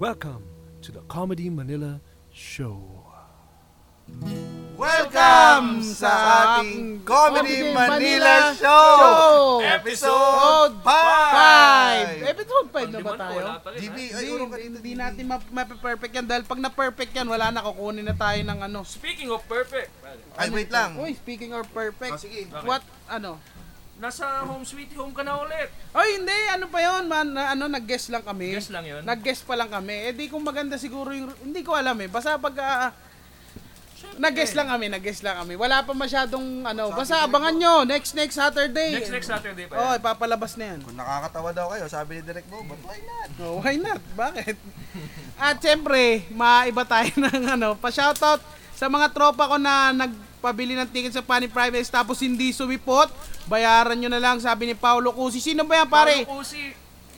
Welcome to the Comedy Manila Show. Welcome sa ating Comedy Manila Show! Episode 5! Episode 5 na ba Lima na, tayo? Wala pa rin. DB, ha? ay urong ka dito. Hindi natin ma- mape-perfect yan dahil pag na-perfect yan, wala na kukunin na tayo ng ano. Speaking of perfect, pare, Ay, wait lang. Uy, speaking of perfect, Oh, sige. what, ano? nasa home sweet home ka na ulit. Oy, hindi, ano pa yun, man, na, ano, nag-guess lang kami. Guess lang yun. Nag-guess pa lang kami. Eh, di kung maganda siguro yung, hindi ko alam eh. Basta pag, ah, nag-guess lang kami, nag-guess lang kami. Wala pa masyadong, ano, basta abangan nyo, next, next Saturday. Next next Saturday pa Oh, yan. ipapalabas na yan. Kung nakakatawa daw kayo, sabi ni Direk Bobo, why not? Oh, why not? Bakit? At syempre, maiba tayo ng ano, pa-shoutout sa mga tropa ko na nagpabili ng ticket sa Funny Privates tapos hindi sumipot. Bayaran nyo na lang, sabi ni Paolo Cusi. Sino ba yan, pare? Paolo Cusi,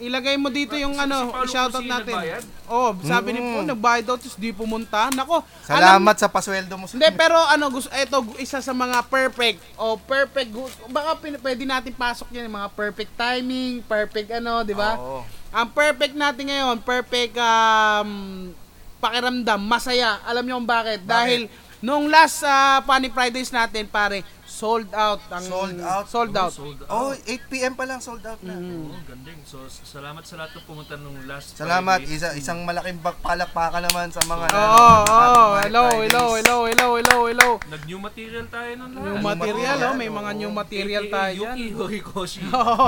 Ilagay mo dito yung Si- si ano, Paolo shoutout Cusi natin. nagbayad? Oh, sabi ni Paolo, nagbayad daw, tapos di pumunta. Nako, alam- Salamat sa pasweldo mo sa... hindi, pero ano, gusto, ito, isa sa mga perfect, o perfect, gu- baka pin- pwede natin pasok yan, yung mga perfect timing, perfect ano, di ba? Oo. Ang perfect natin ngayon, perfect um, pakiramdam, masaya. Alam niyo kung bakit? Dahil nung last ah, Funny Fridays natin, pare, sold out. Ang, Sold out. Sold out. sold Oh, out. 8pm pa lang, sold out na. Oh, gandeng. So, s- salamat sa lahat ng pumunta nung last Salamat, Friday. isa, isang malaking bakpalakpakan naman sa mga... Oo, nanonood ng oh, oh, Funny hello, Fridays. hello, hello, hello, hello, hello. Nag-new material tayo nun lahat. New Ano material, material? oh, may mga new Oo. material AKA tayo Yuki dyan. Horikoshi. Oo.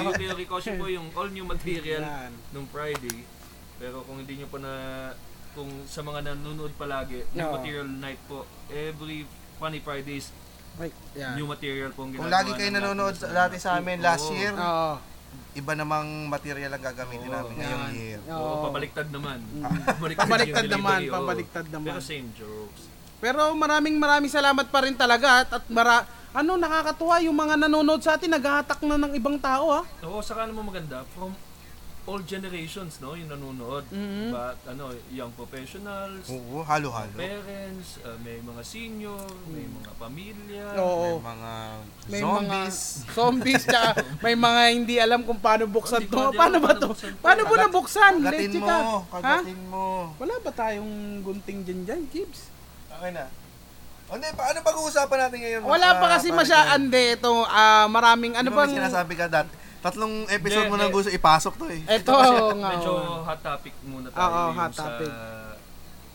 Si Yuki Horikoshi po yung all new material Yan. nung Friday. Pero kung hindi nyo pa na kung sa mga nanonood palagi, new Oo. material night po. Every Funny Fridays, Wait, yan. new material po ang Kung ginagawa. lagi kayo ng lahat nanonood ng- dati sa amin last Oo. year, Oo. iba namang material ang gagamitin Oo. namin ngayong Yan. year. Oo, Oo. Mm. pabaliktad naman. Pabaliktad, Pabaliktad yung naman, delivery, oo. pabaliktad naman. Pero same jokes. Pero maraming maraming salamat pa rin talaga at, at mara ano nakakatuwa yung mga nanonood sa atin naghahatak na ng ibang tao ah. ha. Oo, saka alam mo maganda, from all generations, no, yung nanonood. Mm-hmm. But, ano, young professionals, Oo, halo-halo. parents, uh, may mga senior, may mga pamilya. May Mm. Oo. mga Oh. May zombies. mga zombies tsaka may mga hindi alam kung paano buksan Hindi ko to. alam Paano ba paano to? buksan to. Paano ba nabuksan? Kagatin Leche mo, ka. Ha? kagatin mo. Wala ba tayong gunting dyan dyan, Gibbs? Okay na. O, Hindi, paano pag-uusapan natin ngayon? Wala Sa pa kasi Pare Kai? masyaan de ito ah, maraming ano Di ba may bang sinasabi ka dati? Tatlong episode mo Hindi, nang hindi. gusto ipasok to eh. Ito nga. Medyo oh. hot topic muna tayo Oo, yung hot sa topic.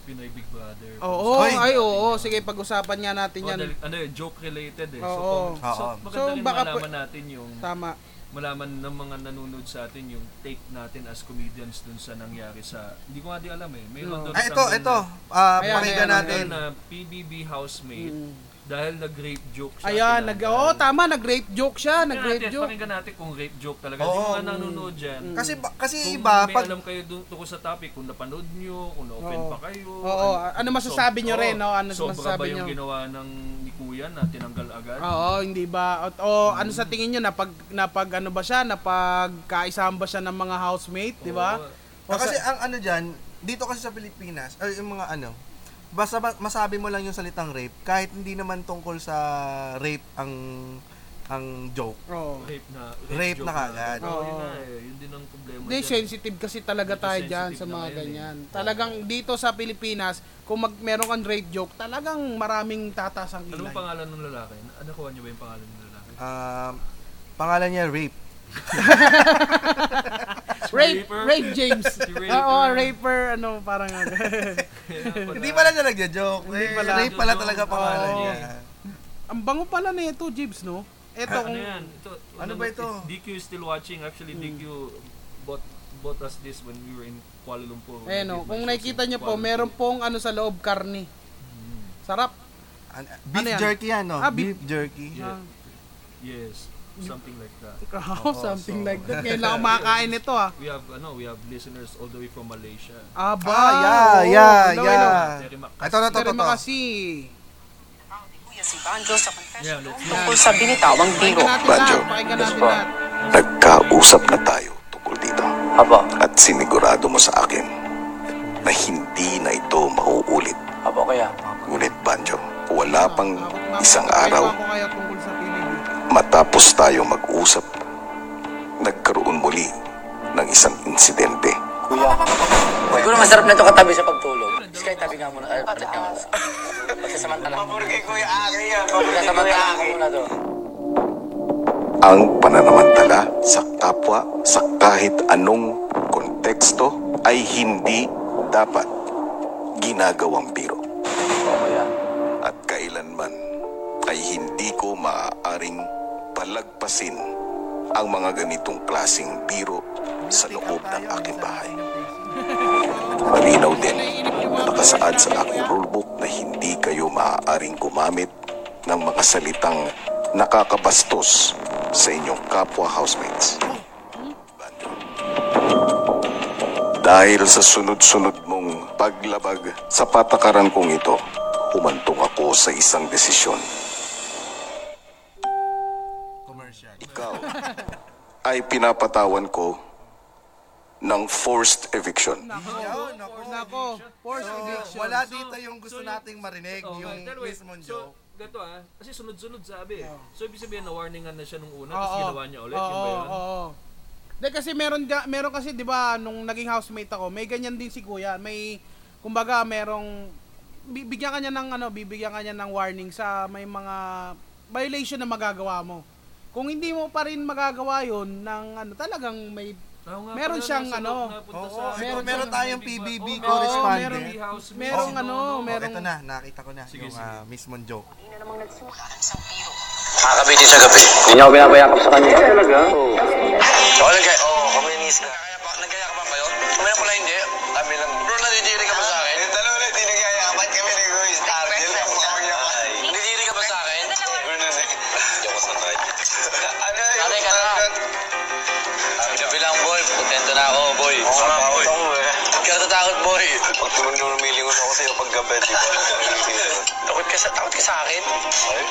Pinoy Big Brother. Oo, Hoy. ay oo, sige pag-usapan nga natin Oh, yan. dahil, ano eh, joke related eh. Oo. So, kung- so, Oo. maganda So, rin baka malaman natin yung Tama. malaman ng mga nanonood sa atin yung take natin as comedians dun sa nangyari sa hindi ko nga di alam eh mayroon doon Ay, Ah, ito, isang- ito. Ah, Ayan, pakinggan ayan, natin. na PBB housemate dahil nag-rape joke siya. Mm. Ayan, nag oo, tama, nag-rape joke siya, nag-rape nag-rape joke. Pakinggan natin kung rape joke talaga. Oo. Mm. Yung mga nanonood dyan. Kasi ba- kasi kung iba may pag alam kayo dun tungkol sa topic, kung napanood nyo, kung na-open Oo. pa kayo. Oo, ano masasabi nyo oo, rin, no? Ano sobra masasabi ba yung nyo? Ah, ginawa ng ni Kuya na tinanggal agad? Oo, hindi ba? At- O, ano sa tingin nyo, napag, napag ano ba siya, napagkaisahan ba siya ng mga housemate, di ba? Oo. Ah, kasi ang ano diyan, dito kasi sa Pilipinas, ay yung mga ano, basta ba- masabi mo lang yung salitang rape kahit hindi naman tungkol sa rape ang ang joke. Oo. Rape na. Rape joke na kaagad. Oo, yun Oo. na eh. Yun din ang problema Hindi, dyan. sensitive kasi talaga Medyo tayo dyan sa sensitive na mga ngayon eh. ganyan. Talagang dito sa Pilipinas, kung mag, meron kang rape joke, talagang maraming tatasang Ano kilay. ang pangalan ng lalaki? Na- Nakuha niyo ba yung pangalan ng lalaki? Um, pangalan niya rape. Rape, Raper? rape James. Si Raper. Oo, raper, ano, parang ano. Hindi pala siya nagja-joke. Hindi Eh, pala. Rape pala talaga Oh. pangalan Oo. niya. Ang bango pala na ito, James, no? Ito, Ano kung, yan? Ito, Ano ba ito? DQ is still watching. Hmm. Actually, DQ bought, bought us this when we were in Kuala Lumpur. Ayan We o, did kung my nakikita shows in nyo po, Kuala meron Lumpur. pong ano sa loob, karne. Sarap. An- beef Ano yan? jerky yan, no? Ah, beef, beef- jerky. Yeah. Yes, something like that. Oh, something so- like that. Ngayon lang ako makakain nito ah. We have ano, we have listeners all the way from Malaysia. Aba, Ah, yeah, yeah, hello, hello. yeah. Terry Mac- Ito na, ito, Pero ito, ito. makasi. Kuya si Banjo sa confession Oh, Yeah, let's room tungkol sa binitawang Pakinggan biro. natin Banjo, lahat. Pakinggan yes natin po. lahat. Nagkausap na tayo tungkol dito. Apo, At sinigurado mo sa akin na hindi na ito mauulit. apo kuya. Ngunit Banjo, wala pang Ako, mamaya isang kwento araw Ako kayo tungkol sa PBB. matapos tayo mag-usap. Nagkaroon muli ng isang insidente. Kuya, Siguro masarap na ito katabi sa pagtulog. Sky, tabi nga muna. Ay, patik nga muna. Pagsasamantala mo. Paborgay ko yung aki yan. Paborgay ko yung Pagsasamantala mo aki. muna to. Ang pananamantala sa kapwa sa kahit anong konteksto ay hindi dapat ginagawang biro. At kailanman ay hindi ko maaaring palagpasin ang mga ganitong klasing biro sa loob ng aking bahay. Malinaw din na nakasaad sa aking rulebook na hindi kayo maaaring gumamit ng mga salitang nakakabastos sa inyong kapwa housemates. Dahil sa sunod-sunod mong paglabag sa patakaran kong ito, humantong ako sa isang desisyon. Commercial. Ikaw ay pinapatawan ko ng forced eviction. Yaw, nako. Nako, force Oh, So, eviction. wala dito yung gusto so- nating marinig, Oh, yung but anyway, mismo so, joke. gato ah, kasi sunod-sunod sabi eh. So, ibig sabihin, na-warningan na siya nung una, Oh. Oo. tapos ginawa niya ulit, Oo, yun ba yun? oo, oo. Hindi, kasi meron, ga- meron kasi, di ba, nung naging housemate ako, may ganyan din si kuya. May, kumbaga, merong, bibigyan ka niya ng, ano, bibigyan ka niya ng warning sa may mga violation na magagawa mo. Kung hindi mo pa rin magagawa yun, ng, ano, talagang may, Oo nga Meron pala, siyang nasa ano. loob na punta Oo, sa- meron- Oh, meron ano? tayong PBB Oo, correspondent. meron housemates. merong Oo, ano, oo, oo. Merong... merong- ito na, nakita ko na Sige, yung sige. ah, mismong joke. Ina namang nagsimula ang isang biro. Kakabitin sa gabi. Hindi ako pinabayakap sa kanya. Talaga? Oo. Oo, nagkaya. Oo, kaminis ka. Nagkaya pa- Nagkaya ka ba kayo? Kami na pala hindi. Kami lang. Bro, nadidiri ka ba sa akin? Dalawa na, hindi nagkayakapan kami ni Ruiz. Ariel, Nadidiri ka ba sa akin? Bro, nadidiri. Hindi ako sanay. Ano yun? Sanay ka na. Gabi lang, boy. Contento na ako, boy. Oo nga, boy. Huwag ka natatakot, boy. Pag tumulong lumilingon ako sa'yo pag gabi, di ba? Takot ka sa, takot ka sa akin? Ay?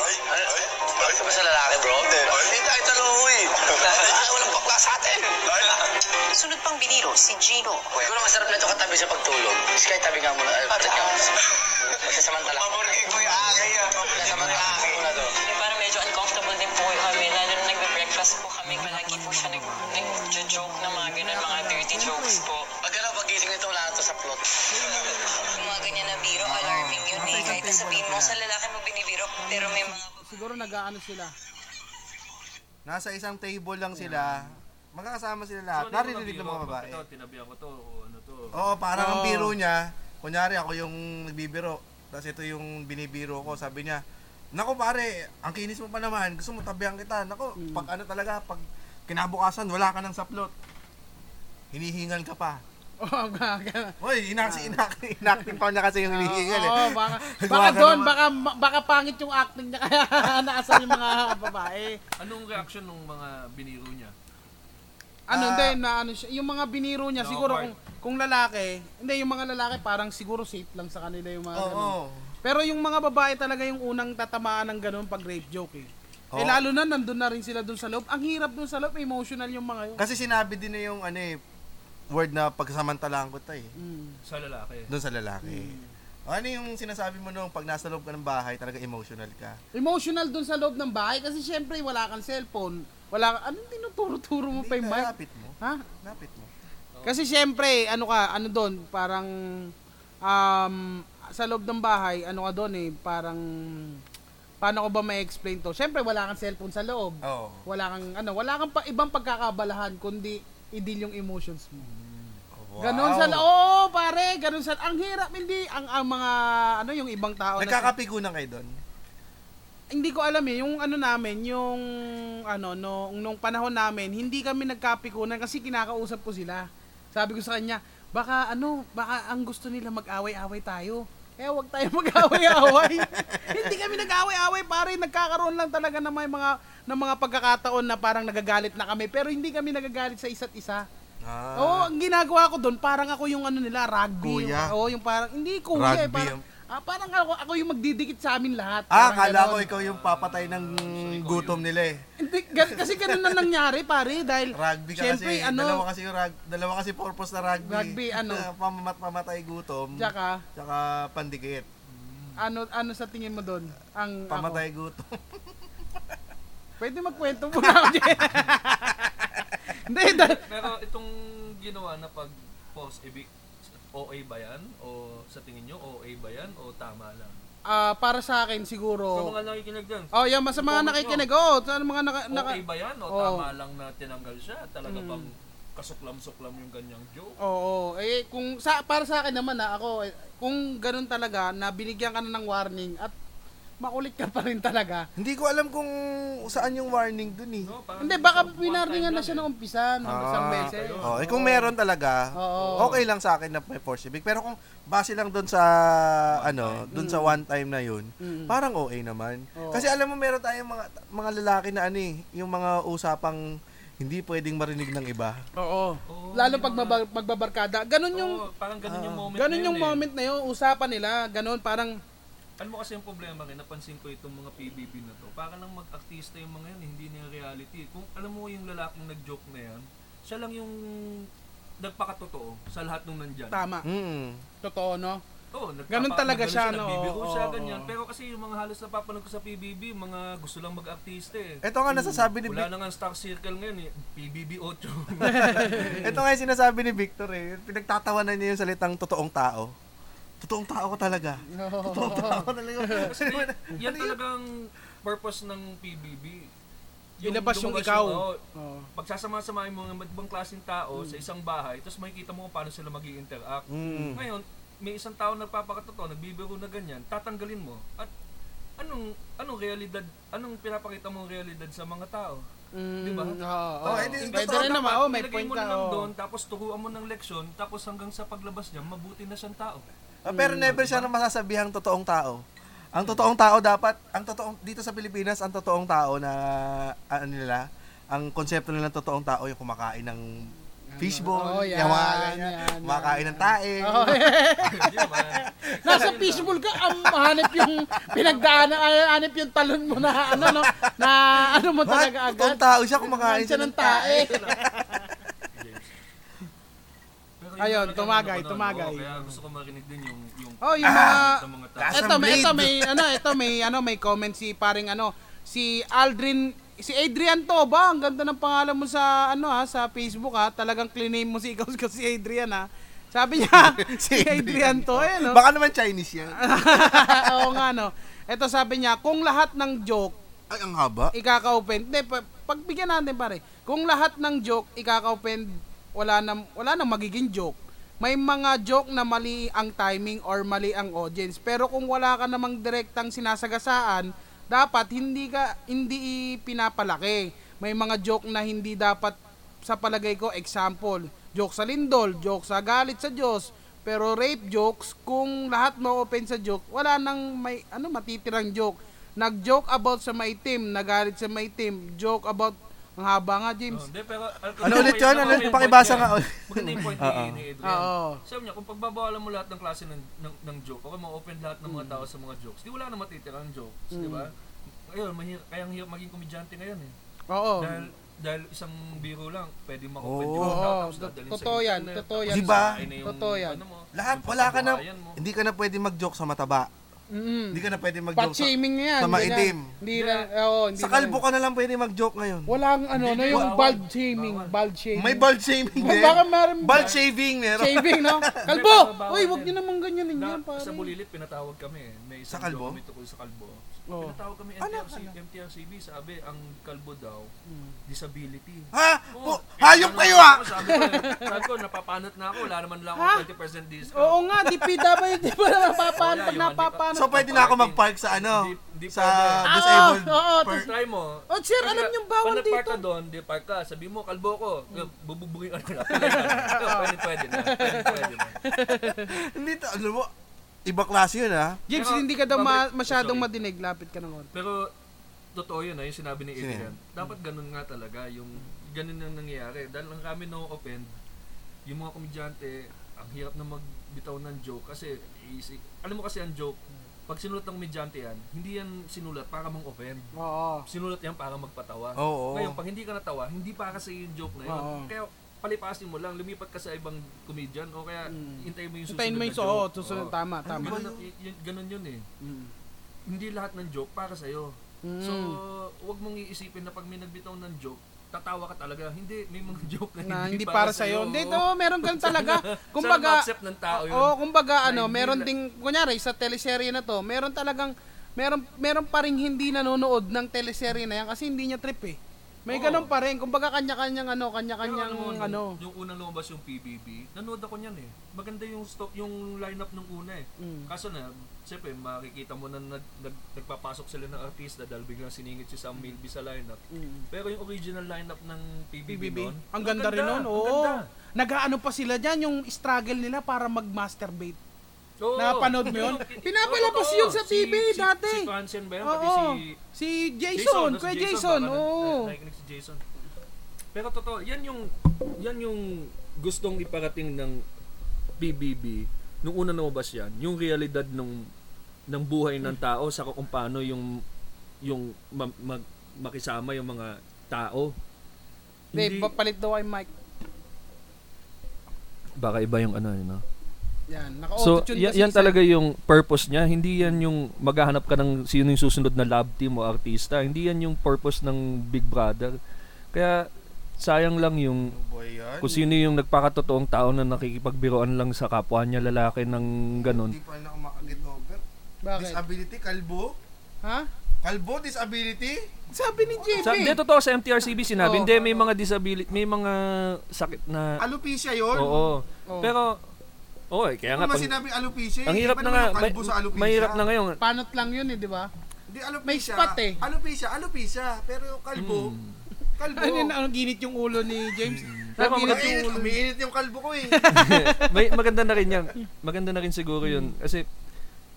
Ay? Ano? Takot ka ba sa lalaki, bro? Hindi tayo tanong mo eh. Walang bakla sa atin. Sunod pang biniro, si Gino. Siguro masarap na ito katabi sa pagtulog. Sky, tabi nga muna. Ay, patik nga muna. Pagsasamantala mo. Paborgay ko yung aki ah. Pagsasamantala mo muna to. Parang medyo uncomfortable din po kami. Lalo na nagbe-breakfast po kami. Palagi po siya nag- nag-joke na mga ganun, mga dirty jokes po. Pag ano, pagising nito, Ah. wala na to sa plot. Yung mga ganyan na biro, alarming yun eh. Kahit na sabihin mo, sa lalaki mo binibiro, pero may mga siguro nag-ano sila. Nasa isang table lang sila, magkakasama sila So, lahat. ano yung Naririnig ng nabiro? mga babae. Ito, tinabihan ko to, o ano to. Oo, parang ang Oo. biro niya, kunyari ako yung nagbibiro, tapos ito yung binibiro ko, sabi niya, Nako pare, ang kinis mo pa naman, gusto mo tabihan kita. Nako, Hmm. pag ano talaga, pag kinabukasan, wala ka ng saplot. Hinihingal ka pa. Oo, oh, baka, Hoy, inaksi, inaksi, inacting pa niya kasi yung hinihingal eh. Ah. Oo, baka, baka Gawa ka doon, naman. baka, baka pangit yung acting niya, kaya naasar yung mga babae. Anong reaction ng mga biniro niya? ano Ah. hindi na ano siya, yung mga biniro niya No, siguro part. kung kung lalaki, hindi yung mga lalaki parang siguro safe lang sa kanila yung mga Oo. ganun. Pero yung mga babae talaga yung unang tatamaan ng ganun pag rape joke eh. Oo. Eh lalo na nandun na rin sila dun sa loob. Ang hirap dun sa loob, emotional yung mga yun. Kasi sinabi din na yung ano eh, word na pagsamantalaan ko tayo eh. Mm. Sa lalaki. Doon sa lalaki. Hmm. Ano yung sinasabi mo nung pag nasa loob ka ng bahay, talaga emotional ka? Emotional dun sa loob ng bahay kasi syempre wala kang cellphone. Wala ka- anong tinuturo-turo mo Hindi, pa yung mic? Lapit mo. Ha? Lapit mo. Kasi syempre, ano ka, ano doon, parang um, sa loob ng bahay, ano ka doon eh, parang paano ko ba ma-explain to? Syempre, wala kang cellphone sa loob. Oo. Wala kang ano, wala kang pa, ibang pagkakabalahan kundi i-deal yung emotions mo. Wow. Ganon sa loob, oo, pare, ganon sa ang hirap hindi ang, ang mga ano yung ibang tao na- Nagkakapigunan kayo doon? hindi ko alam eh, yung ano namin, yung ano, no, nung panahon namin, hindi kami nagkapikunan kasi kinakausap ko sila. Sabi ko sa kanya, baka ano, baka ang gusto nila mag-away-away tayo. Kaya wag tayo mag-away-away. hindi kami nag-away-away pare, nagkakaroon lang talaga ng may mga ng mga pagkakataon na parang nagagalit na kami, pero hindi kami nagagalit sa isa't isa. Ah. Oo, ang ginagawa ko doon, parang ako yung ano nila, rugby. Kuya? Oo, yung parang, hindi kuya. eh, Rugby parang, yung- ah, parang ako, ako yung magdidikit sa amin lahat. Ah, Parang kala ko ganon. ikaw yung papatay ng gutom nila eh. Hindi, gan- kasi ganun na nangyari, pare. Dahil, Rugby ka syempre, kasi. ano, dalawa kasi yung rug, dalawa kasi purpose na rugby. Rugby, ano? Na pamamat pamatay gutom. tsaka, Tsaka pandikit. ah, ano, ano sa tingin mo doon? Ang, Pamatay gutom. Ako, pwede magkwento mo na ako dyan. Hindi, dahil, Pero itong ginawa na pag Pause. Ibig, OA ba yan? O sa tingin nyo, OA ba yan? O tama lang? Ah, para sa akin Sa siguro. mga nakikinig dyan, Oh, yan mas sa mga Comment nyo. nakikinig. Oh, sa mga naka, naka Hmm. okay ba yan? O Oo. tama lang na tinanggal siya? Talaga bang kasuklam-suklam yung ganyang joke? Oo, eh kung sa para sa akin naman na ako eh, kung ganun talaga na binigyan ka na ng warning at makulit ka pa rin talaga. Hindi ko alam kung saan yung warning dun eh. No, parang Hindi baka isang one winarningan time na lang siya eh. nung umpisa ng isang Ah, beses. Oh, eh kung meron talaga, Oo. okay lang sa akin na may force civic. Pero kung base lang doon sa ano, doon sa one time na 'yun, parang OA naman. Mm. Oo. Kasi alam mo meron tayong mga mga lalaki na ano eh, yung mga usapang hindi pwedeng marinig ng iba. Oo. Oo, Lalo yung pag mga- maba- magbabarkada. Ganun yung Oo, parang Ah. ganun yung moment na ganun yun yung eh. moment na yun, usapan nila, ganun parang Alam mo kasi yung problema ngayon, napansin ko itong mga PBB na to, parang nang mag-artista yung mga yan, hindi na yung reality. Kung alam mo yung lalaking nag-joke na yan, siya lang yung nagpakatotoo sa lahat nung nandyan. tama. Mm. Totoo, no? Oo, nagpapa- Ganun talaga nagganon siya, no? nagbibiro Oo, siya, oo, ganyan. oo. Pero kasi yung mga halos napapanood ko sa PBB, mga gusto lang mag-artista eh. Ito nga nasasabi ni Wala Vic- na nga ang star circle ngayon eh, PBB 8. eh. Ito nga yung sinasabi ni Victor eh. Pinagtatawanan niya yung salitang totoong tao. Totoong tao ko talaga. Totoong tao ko talaga. Kasi wala- Ano yan talagang purpose ng PBB. Ilabas yung lumabas ikaw. oo, Oo. Mm. pagsasama-sama yung mga iba't ibang klaseng tao sa isang bahay, tapos makikita mo kung paano sila mag interact Mm. Ngayon, may isang tao nagpapakatotoo, nagbibiro na ganyan, tatanggalin mo. At anong anong realidad, anong pinapakita mong realidad sa mga tao? Di ba? Mm. Oo. Oh, oo. eh, di- Pwede totoo rin naman, Dapat oh, may ilagay point mo ka. na lang oo. doon, tapos turuan mo ng leksyon, tapos hanggang sa paglabas niya, mabuti na siyang tao. Ah, Hmm. Pero never siya na masasabihang totoong tao. Ang totoong tao dapat, ang totoong dito sa Pilipinas, ang totoong tao na ano nila, ang konsepto nila ng totoong tao yung kumakain ng fishball, Oo, Oh, yan, yung mga ganyan, yan, Oh, kumakain ng tae. Hindi naman. Nasa fishbowl ka, ang hanip yung pinagdaanan, ah, hanip yung talon mo na ano, no? Na ano mo What? talaga agad. Totoong tao siya, kumakain Kumain siya ng tae. Pero yun Ayun, talaga tumagay, yung ano, tumagay. oo, kaya gusto ko marinig din yung, yung Oh, yung mga... sa Ah, mga tao. Gas Ito, and may, ito, blade. may, ano, ito, may, ano, may comment si paring, ano, si Aldrin, si Adrian Toba, ang ganda ng pangalan mo sa, ano, ha, sa Facebook, ha, talagang clean mo si ikaw kasi si Adrian, ha. Sabi niya, si Adrian to, eh, no? Baka naman Chinese yan. Oo nga, no. Ito sabi niya, kung lahat ng joke Ay, ang haba. ikaka-offend. Hindi, pa- pagbigyan natin pare. Kung lahat ng joke ikaka-offend, wala nang wala nang magiging joke. May mga joke na mali ang timing or mali ang audience. Pero kung wala ka namang direktang sinasagasaan, dapat hindi ka hindi pinapalaki. May mga joke na hindi dapat sa palagay ko example, joke sa lindol, joke sa galit sa Diyos, pero rape jokes, kung lahat mo open sa joke, wala nang may ano matitirang joke. Nag-joke about sa maitim, nagalit sa maitim, joke about ang haba nga Oh, James. Hindi, pero... Ano ulit yun? Ano ulit? Pakibasa nga ulit. Maganda yung eh. point ni, ni Adrian. Oo. Sabi niya, kung pagbabawalan mo lahat ng klase ng, ng, ng joke, okay, ma-open lahat ng Mm. mga tao sa mga jokes, di wala na matitira ang jokes, di ba? Ngayon, mahir, kaya ang hirap maging komedyante ngayon eh. Oo. Dahil, dahil isang biro lang, pwede ma-open Oo. yung tao, Oo, tapos dadalhin sa totoo yan, internet, totoo tapos yan. Oh. Diba? sasakain na yung Totoo yan. ano mo, Lahat, yung wala ka na, pagkabuhayan mo. hindi ka na pwede mag-joke sa mataba. Mm. Hindi ka na pwede mag-joke sa, Pat-shaming na yan. sa hindi na- maitim. Hindi na, oo, hindi Sa na- kalbo ka na lang pwede mag-joke ngayon. Walang ano, no, yung bawal. bald shaming, bald shaming. May bald shaving Ba- din. Baka meron Bald shaving meron. shaving, no? Kalbo! bawal Uy, wag yan. niyo namang ganyan Na, yan, pare. sa Bulilit, pinatawag kami. eh. May Sa isang kalbo? Ano joke kami tungkol sa kalbo. Oo. Pinatawag kami MTRC, MTRCB, sabi, ang kalbo daw, Mm. disability. Ha? Oo. Po, hayop Ano, kayo ah! Sabi ko, sabi ko, napapanot na ako, wala naman lang ako 20% discount. Oo nga, DPWD pa na napapaan Wala, pag yung ano, napapaan. So pwede na ako mag-park sa ano? Hindi- hindi sa pwede. disabled. Ah, Oo, oo, park. Try mo. Oh, sir, alam niyo bawal Pag nagpark dito. ka Hmm. doon, di park ka, sabi mo, kalbo ko, bububugin ka na. Pwede, pwede na. Pwede, pwede na. Hindi to, alam mo, iba klase yun ah. James, Pero, hindi ka daw ma- Robert- masyadong sorry. madinig. Lapit ka ng konti. Pero totoo yun na yung sinabi ni Sino Adrian. Dapat ganun nga talaga yung ganun ang nangyayari. Dahil ang kami no open, yung mga komedyante, ang hirap na magbitaw ng joke kasi easy. Alam mo kasi ang joke, pag sinulat ng komedyante yan, hindi yan sinulat para mang offend. Oo. Sinulat yan para magpatawa. Oo. Ngayon, pag hindi ka natawa, hindi para sa yung joke na yun. Oo. Kaya palipasin mo lang, lumipat ka sa ibang comedian o kaya hintayin mo yung susunod Hintayin mo na yung joke. oo, susunod. Oo. Tama, Hmm. Ano tama. ba yun? Y- yun- ganun yun eh. Hmm. Hindi lahat ng joke para sa'yo. So, wag mong iisipin na pag may nagbitaw ng joke, tatawa ka talaga. Hindi, may mga joke na, na hindi para sa iyo. Hindi to, meron ganun talaga. Sana Kumbaga, ma-accept ng tao yun. Oo, kumbaga ano, hindi meron na- ding kunyari sa teleserye na to, meron talagang meron meron pa rin hindi nanonood ng teleserye na yan kasi hindi niya trip eh. May Oo. ganun pa rin. Kumbaga kanya-kanyang ano, Pero kanya-kanyang alam mo, nung- ano. Yung unang lumabas yung PBB, nanood ako niyan eh. Maganda yung stock, yung lineup nung una eh. Mm. Kaso na, siyempre makikita mo na nag, nag- nagpapasok sila ng artista dahil biglang siningit si Sam Milby sa lineup. Mm. Pero yung original lineup ng PBB, PBB. noon, Ang ganda rin nun. ang Oo. ganda. Nag-aano pa sila dyan, yung struggle nila para mag-masturbate. Oo. Napanood mo yun? Yung- Pinapalabas Oo, yun sa si- TV si- dati. Si Francian ba yun? Pati Oo. si Si Jason, nasa Kuya Jason. baka Oo. na- Eh, nakikinig si Jason. Pero totoo, yan yung yan yung gustong iparating ng PBB nung una lumabas yan, yung realidad ng ng buhay ng tao sa kung paano yung yung ma- mag- makisama yung mga tao. Wait, papalit daw ay mic. baka iba yung ano, yun, no? Yan, So, naka-auto-tune yan, kasi yan isa. talaga yung purpose niya. Hindi yan yung maghahanap ka ng sino yung susunod na lab team o artista. Hindi yan yung purpose ng Big Brother. Kaya, sayang lang yung Boy, yan. kung sino yung nagpakatotoong tao na nakikipagbiroan lang sa kapwa niya lalaki ng ganun. Hindi pa na ako makaget over. Bakit? Disability, kalbo. Ha? Kalbo, disability. Sabi ni JB. Sa, hindi, totoo sa MTRCB Oo. sinabi, hindi, may mga disability, may mga sakit na, Alopecia yun. oo. Pero, oo, eh, kaya Ano nga, naman pag- sinabi alopecia? ang hirap Iba na nga, naman yung may, kalbo sa alopecia. mahirap na ngayon. Panot lang yun eh, di ba? Di, alopecia. May spot eh. Alopecia, alopecia. Pero kalbo. Hmm. Kalbo. Ano yun, ang ginit yung ulo ni James? Pero Ang ginit yung Mainit, ulo. umiinit yung kalbo ko eh. May maganda na rin yan. Maganda na rin siguro yun. Kasi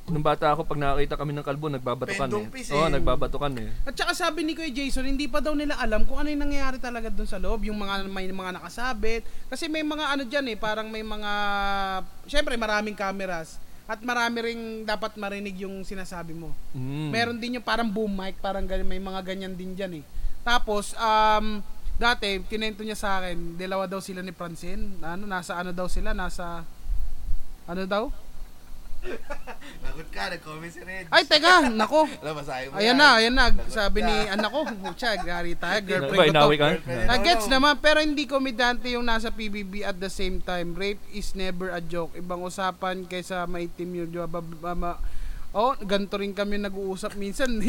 nung bata ako, pag nakakita kami ng kalbo, nagbabatukan eh. Pendumpis eh. Oo, nagbabatukan eh. At saka sabi ni Kuya Jason, hindi pa daw nila alam kung ano yung nangyayari talaga dun sa loob, yung mga may mga nakasabit. Kasi may mga ano diyan eh, parang may mga syempre maraming cameras at marami ring dapat marinig yung sinasabi mo. Mm. Meron din yung parang boom mic, parang ganyan, may mga ganyan din diyan eh. Tapos um dati kinento niya sa akin, dalawa daw sila ni Francine, ano nasa ano daw sila, nasa ano daw? Lagot ka, nag-comment si Reg. Ay, teka, nako. Alam, basahin mo yan. Ayan na, ayan na. Lagot Sabi ka. ni anak ko, Pucha, gari tayo, Ano girlfriend ba, ko to. inawi ka? Girlfriend. Nagets No, no. naman, pero hindi komedante yung nasa PBB at the same time. Rape is never a joke. Ibang usapan kaysa maitim yung jowa. Oh, ganito rin kami nag-uusap minsan.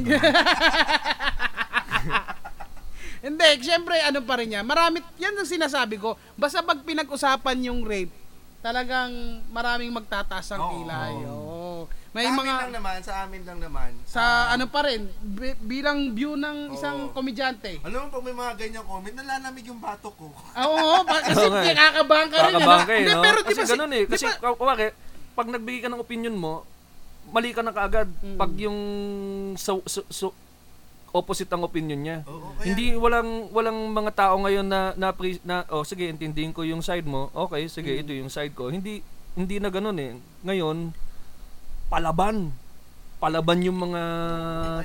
Hindi, syempre ano pa rin niya. Marami, yan ang sinasabi ko. Basta pag pinag-usapan yung rape, talagang maraming magtataas ang Oo. kilay. Oo. May Sa amin mga lang naman, sa amin lang naman. sa ano pa rin bi- bilang view ng isang Oo. komedyante. Alam mo, pag may mga ganyan comment, nalalamig yung batok ko. Ah, Oo, pa- kasi Oo nga eh. kakabahan ka rin. ano? Kakabahan ka eh, Hindi, no? pero di Kasi ba si- ganun eh. di Kasi, ba- kaw- kumari, pag nagbigay ka ng opinion mo, mali ka na kaagad. Mm. Pag yung so, so, so- opposite ang opinion niya. Oo, kaya- Hindi, walang walang mga tao ngayon na, na, pre- na oh, sige, intindihin ko yung side mo. Okay, sige, Mm. ito yung side ko. Hindi, hindi na ganun eh. Ngayon, palaban. Palaban yung mga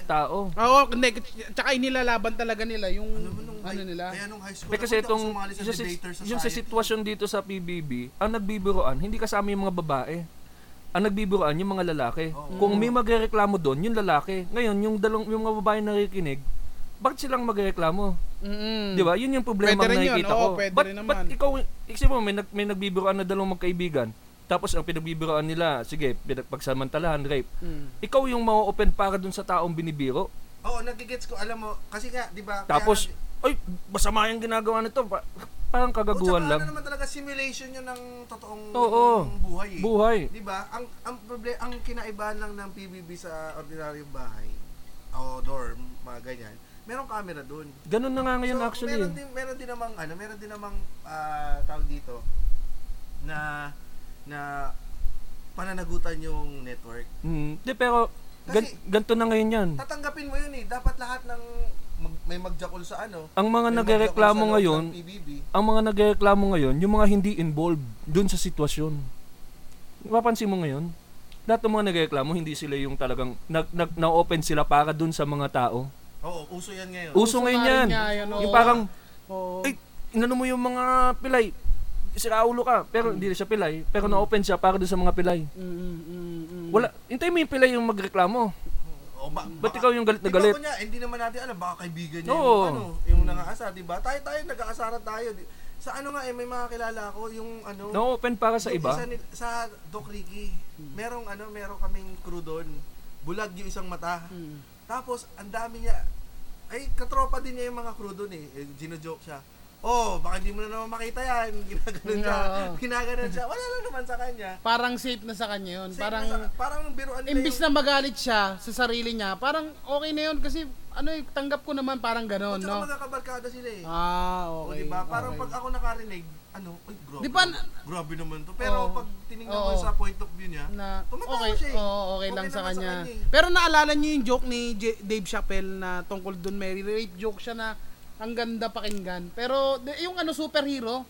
tao. Oo, hindi, tsaka inilalaban talaga nila yung ano nila. Kaya nung high school, Eh kasi ako, itong sumali sa yung, sa- debater society. yung sa sitwasyon dito sa PBB, ang nagbibiroan, hindi kasama yung mga babae. Ang nagbibiroan yung mga lalaki. Kung may magrereklamo doon, yung lalaki. Ngayon, yung dalong yung mga babae na nakikinig, bakit silang magrereklamo? Mm. 'Di ba? Yun yung problema Pwede na rin yun, nakikita oo, ko. pwede Ba't- rin naman. ba't ikaw, isip mo, may, nag, may nagbibiroan na dalawang magkaibigan. Tapos ang pinagbibiroan nila, sige, pinagpagsamantalahan, rape. Ikaw yung ma-open para doon sa taong binibiro. Oo, nagigets ko. Alam mo, kasi nga, di ba? Tapos, kaya, ay, masama yung ginagawa nito. Pa- parang Oh, tsaka kagaguhan lang. ano naman talaga simulation yun ng totoong Oo. buhay eh. Buhay. Di ba? Ang ang problem ang kinaibahan lang ng PBB sa ordinaryong bahay o dorm, mga ganyan. Merong camera doon. Ganun na nga ngayon so, Ah, actually. Meron din, meron din namang, ano, meron din namang ah, tawag dito na na pananagutan yung network. Mm, di, pero gan- Kasi- ganito na ngayon yan. Tatanggapin mo yun eh. Dapat lahat ng mag- may magjakol sa ano. Ang mga may magjakol sa nagrereklamo loob ngayon, ng PBB. ang mga nagreklamo ngayon, yung mga hindi involved dun sa sitwasyon. Mapapansin mo ngayon? Lahat ng mga nagreklamo, hindi sila yung talagang nag, nag, na-open sila para dun sa mga tao. Oo, uso yan ngayon. Uso, ngayon nga yan. rin niya, yun, yung oo. parang, Oo. ay, inano mo yung mga pilay, siraulo ka. Pero hindi siya pilay, pero na-open siya para dun sa mga pilay. Mm, mm, mm, mm. Wala, hintay mo yung pilay yung magreklamo. O, ba- Ba't baka- ikaw yung galit na Di ba galit? kunya, hindi naman natin alam, baka kaibigan niya Oo. yung, ano, yung nangaasar, di ba? Tayo tayo nag-aasara tayo. Di- Sa ano nga eh, may mga kilala ko yung ano. Na-open para sa yung iba. isa nil- sa Doc Ricky. Merong ano, merong kaming crew doon. Bulag yung isang mata. Hmm. Tapos, ang dami niya. Ay, katropa din niya yung mga crew doon eh. eh ginojoke siya. Oh, baka hindi mo na naman makita yan. Ginaganon siya. Oo. Ginaganon siya. Wala lang naman sa kanya. Parang safe na sa kanya yun. Same Parang, na sa- parang biruan nila imbis yung- na magalit siya sa sarili niya, parang okay na yun kasi ano eh, tanggap ko naman parang Oh, ganon, tsaka no? magkakabarkada sila eh. Ah, O, okay. di ba? Parang okay. pag ako nakarinig, ano, ay, grabe, Di ba naman, na- grabe naman to. Pero Oo. pag tinignan ko Oo. sa point of view niya, na tumatawa okay, siya eh. oo, okay lang sa naman kanya. eh. Pero naalala niyo yung joke ni J- Dave Chappelle na tungkol Don Mary, rape joke siya na ang ganda pakinggan. Pero d- yung ano superhero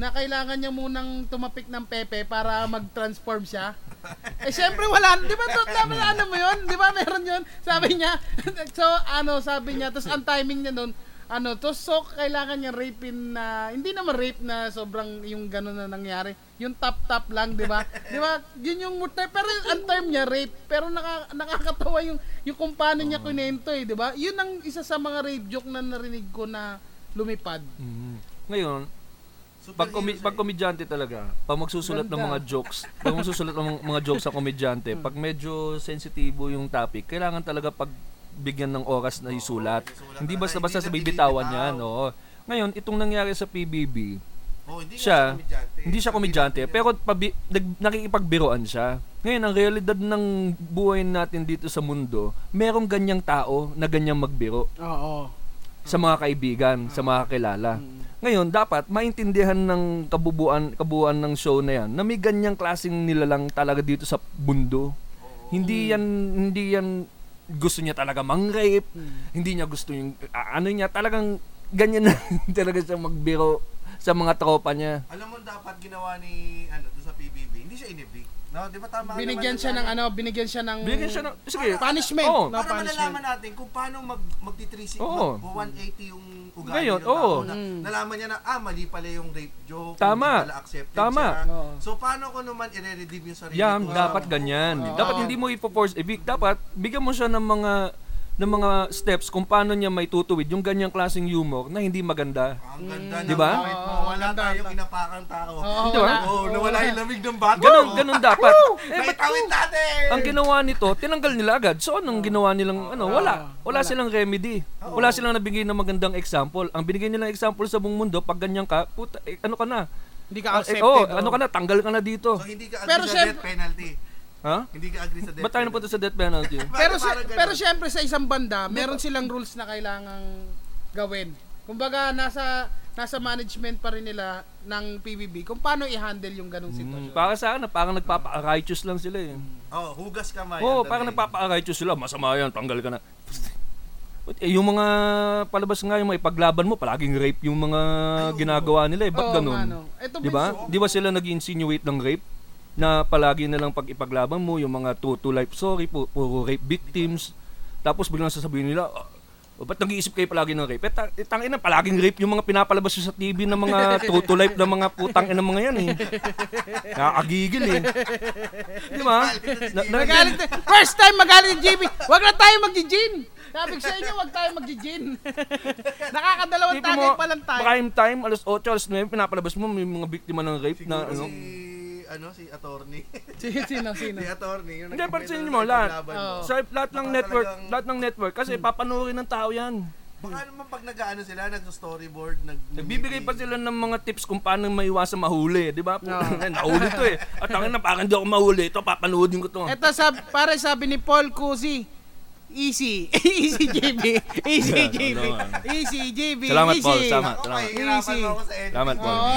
na kailangan niya munang tumapik ng pepe para mag-transform siya. Eh syempre wala, 'di ba? To, dapat ano mo 'yun? 'Di ba meron 'yun? Sabi niya. so ano, sabi niya, tapos ang timing niya noon, ano, to so kailangan niya rapein na hindi naman rape na sobrang yung gano'n na nangyari. Yung tap tap lang, 'di ba? 'Di ba? Yun yung mute pero ang term niya rape, pero naka, nakakatawa yung yung kung paano niya kunento eh, 'di ba? Yun ang isa sa mga rape joke na narinig ko na lumipad. Mm-hmm. Ngayon, pag, komi- eh. pag komedyante talaga, pag magsusulat ng Ganda. mga jokes, pag magsusulat ng mga- mga jokes sa komedyante, Mm. pag medyo sensitibo yung topic, kailangan talaga pag bigyan ng oras na isulat. isulat Hindi talaga, basta-basta hindi sa na bibitawan bibitaw. yan, oo. Ngayon, itong nangyari sa PBB, Oh, hindi nga siya, komedyante. hindi siya komedyante, pero pabi, nag, nakikipagbiroan siya. Ngayon, ang realidad ng buhay natin dito sa mundo, merong ganyang tao na ganyang magbiro Oo. sa mga kaibigan, sa mga kilala. Ngayon, dapat maintindihan ng kabubuan, kabuuan ng show na yan na may ganyang klaseng nilalang talaga dito sa mundo. Hindi yan, hindi yan gusto niya talaga mang-rape, hindi niya gusto yung, a- ano niya, talagang ganyan na talaga siya magbiro sa mga tropa niya. Alam mo dapat ginawa ni, ano, doon sa PBB, hindi siya inibig. No, di ba tama ka naman Binigyan siya ng nalaman- ano, binigyan siya ng Bigyan siya ng, sige. punishment. Oo. No, Para malalaman punishment. natin kung paano mag magti-360, Oo. mag- 180 yung ugali Ngayon, ng tao oo. na Mm. nalaman niya na ah mali pala yung rape joke, hindi Tama. pala accepted Tama. siya. Oo. So paano ko naman i-redeem yung sarili Yan, ko? dapat ganyan. Dapat hindi mo ipo-force evict. Dapat bigyan mo siya ng mga ng mga steps kung paano niya may tutuwid yung ganyang klaseng humor na hindi maganda. Ah, Ang ganda Di ba? ng kahit mo, wala tayong inapakang tao. Oo, Di ba? wala. Oo, nawala yung lamig ng bato. Ganon, ganon dapat. Eh, ba't- Naitawid natin! ang ginawa nito, tinanggal nila agad. So anong ginawa nilang ano, wala. Wala silang remedy. Wala silang nabigay na magandang example. Ang binigay nilang example sa buong mundo, pag ganyan ka, puta, eh, ano ka na? Hindi ka Eh, accepted. oh. oh, ano ka na? Tanggal ka na dito. So hindi ka agree Pero sa syempre- death penalty. Ha? Hindi ka agree sa death Ba't tayo napunta sa death penalty? Pero Parang si, ganun. pero syempre sa isang banda, meron silang rules na kailangang gawin. Kumbaga nasa nasa management pa rin nila ng PBB kung paano i-handle yung ganung Hmm, sitwasyon. para sa akin, parang nagpapa-righteous lang sila eh. Oh, hugas kamay. Oo, oh, Ang parang dami. nagpapa-righteous sila. Masama yan, tanggal ka na. But, eh, yung mga palabas nga, yung mga ipaglaban mo, palaging rape yung mga ginagawa nila eh. Ba't Oo, ganun? ano. Ito Di ba? Vince, Di ba sila nag-insinuate ng rape? Na palagi na lang pag ipaglaban mo, yung mga true to life sorry, pu- puro rape victims. Tapos biglang sasabihin nila, "Ah, oh, ba't nag-iisip kayo palagi ng rape? Eh, ta- eh, tangin na, palaging rape yung mga pinapalabas nyo sa TV ng mga true to life ng mga putang ina mga yan eh. Nakakagigil eh. Di ba? Na, na- Magalit na- first time magalit ni JB. Wag na tayo magji-gin. Sabi ko sa inyo, wag tayo magji-gin. Nakakadalawang Tipo tagay mo, Oh, pa lang tayo. prime time, alas 8, alas 9, pinapalabas mo, may mga biktima ng rape na Siguro ano. si ano si attorney. Sino, sino, sino? si attorney. yung Hindi, nagkomento pansin ng mo, lahat. ipaglaban Oo. Sa lahat ng Baka network, talagang- Hmm. lahat ng network, kasi papanoorin ng tao yan. Baka naman pag nag-ano sila, nag-storyboard, nag... Nagbibigay pa sila ng mga tips kung paano maiwasan mahuli, di ba? Nahuli to eh. At ang na parang di ako mahuli, ito papanoodin ko to. Ito sa para sabi ni Paul Cusi. Easy. easy JB. Easy JB. Easy JB. Salamat, easy. Paul. Tama, Ako, tama. mahihirapan Easy. mo ako sa edit. Salamat, Paul. Oo.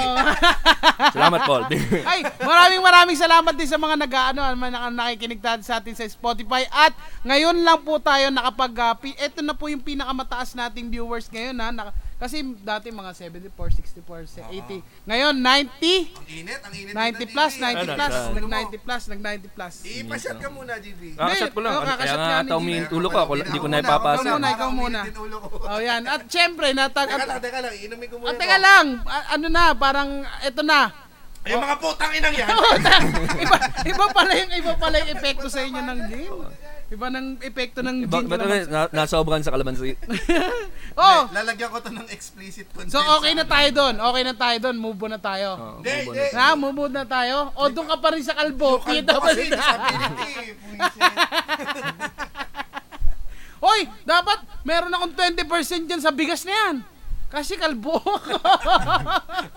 Salamat, Paul. Ay, maraming maraming salamat din sa mga nag-ano, mga nakikinig ta- sa atin sa Spotify. At ngayon lang po tayo nakapag uh, pi- eto na po yung pinakamataas nating viewers ngayon ha. Naka- kasi dati mga 74, 64, se- 80. Ngayon 90, Ang init, ang init. 90 plus, 90 Ano, plus, ano? nag 90 plus, nag 90 plus. Ipasyat ka muna, GB. Kakasat ko lang. Oo, Ano, Kaya kakasat nga lang, ata hindi. umiinit ulo ko. Ako, hindi ko na Ikaw ipapasa. muna, ikaw Parang muna. umiinit yung ulo ko. Oh, yan. At syempre, natag Teka at, lang, teka lang. Inumin ko muna. at Ah, teka lang, a- ano na, parang eto na. Ay, mga putang inang yan. iba, iba pala yung iba pala yung epekto sa inyo ng game. Iba ng epekto ng Iba, gin ba't kalamansi. na, nasobran sa kalamansi? Oh, Lalagyan ko to ng explicit content. so okay na tayo doon. Okay na tayo doon. Move on na tayo. Oo, Hindi, move on hindi. na. Na, move on na tayo. O doon ka pa rin sa kalbo. Kita pa Kasi rin. eh, disability, eh. puwisit. Hoy, dapat meron akong 20% dyan sa bigas na yan. Kasi kalbo ako.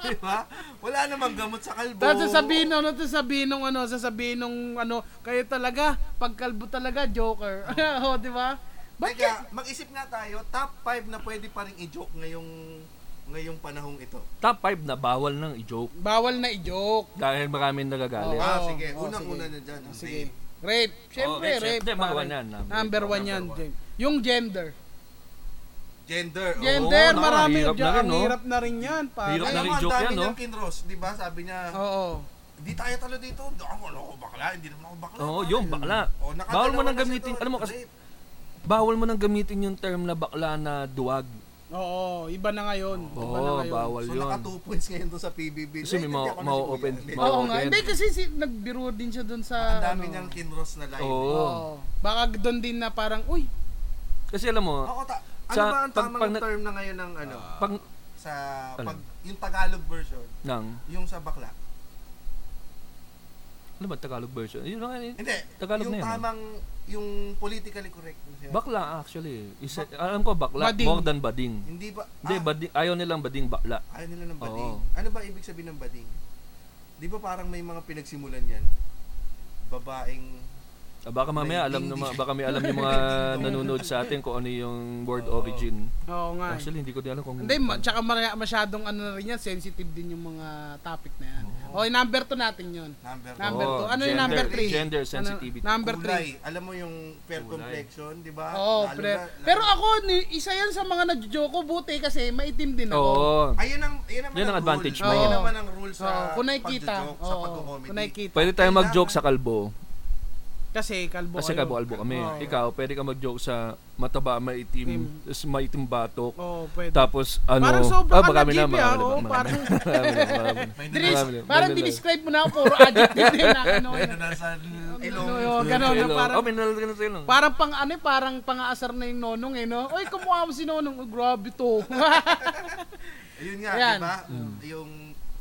Diba? Wala namang gamot sa kalbo. Tapos sasabihin nung, ano, sasabihin nung ano, sasabihin nung ano, kayo talaga, pagkalbo talaga, joker. Oo, di ba? Ba't ka- Teka, mag-isip nga tayo, top 5 na pwede pa rin i-joke ngayong ngayong panahong ito. Top 5 na bawal nang i-joke bawal na i-joke. dahil maraming Oo. nagagalit. Ah, sige. oo, Unang-una sige. na dyan. ang Sige. rape. Rape. Siyempre, Oh, rape, rape. syempre, number pare. one yan, number- Number one ah. number yan, one. Jem. Yung gender. Gender. oo. Gender, naku, marami. hirap na dyan. rin, Ang no? hirap na rin yan, pare. Hirap Kaya na rin. naman, joke dami yan, no? niyang kinross, di ba? Sabi niya, Oo. di tayo talo dito. Ako, ano ako bakla? Hindi naman ako bakla. Oo, pare." yung bakla. Oo, nakadalawa Bawal mo nang kasi gamitin. doon, Alam mo kasi- rape. Bawal mo nang gamitin yung term na bakla na duwag. Oo, iba na ngayon. iba na Oo, ngayon. bawal So, yun. naka 2 points ngayon doon sa PBB. Kasi may Hindi ma- ako ma-open. nasibuyan. Ma- Oo nga. Bawal Hindi yan. kasi si, nagbiro din siya doon sa... Ang dami ano. niyang kinross na live. Oo. Oo. Baka doon din na parang, uy, Kasi alam mo, Oo, ta- ano Sa- ba ang pag- tamang pag na- term na ngayon ng ano? pag sa Ano? pag yung Tagalog version, nang yung sa bakla. ano ba Tagalog version? Yun lang eh, yun. Hindi, Tagalog yung na yun, tamang yung politically correct. na siya. Bakla actually. Isa, alam ko bakla Bading. more than bading. Hindi ba? Hindi, ah, bading, ayaw nilang bading bakla. ayaw nila ng bading. Oo. Ano ba ibig sabihin ng bading? Di ba parang may mga pinagsimulan yan? Babaeng Ah, Baka Bading. mamaya alam ng mga- baka may alam yung mga nanonood sa atin kung ano yung word origin. oo nga. eh. Actually, hindi ko din alam kung Hindi, ma- tsaka mara- masyadong ano na rin yan, sensitive din yung mga topic na yan. Okay, number 2 natin yun. number Number Oo, 2. Ano yung gender- number 3? gender sensitivity. number 3. Kulay. Alam mo yung fair Kulay. complexion, di ba? Oo, Lalo pre. na- lalo- Pero ako, ni- isa yan sa mga nadjo ko, buti kasi maitim din ako. Oo. Ayun ang, ayun naman Yun ang rule. advantage mo. Ayun Oo. naman ang rule sa Oo, kung nakikita. pagjo-joke, sa Oo, pag-comedy. kung nakikita. Pwede tayong mag-joke sa kalbo. Ah, Kasi kalbo Kasi kayo. kalbo-kalbo kami. Oo. Ikaw, pwede ka mag-joke sa mataba, maitim, tas maitim batok. Oo, pwede. Tapos ano, Parang sobra ka marami na-give, marami ah. na, Oo, marami parang- na, marami na, marami na. Dinis, Marami na, parang marami na. dinescribe mo na ako, puro adjective din na ano. Ayun na nasa ilong. Ano, Ganon, Hello. parang Oh, may nalagay na sa'yo lang. Parang pang ano, eh, parang pang-aasar na yung nonong eh, no? Uy, kumuha mo si nonong. Oh, grabe to. Ayun nga, Ayan. di ba? Mm. Yung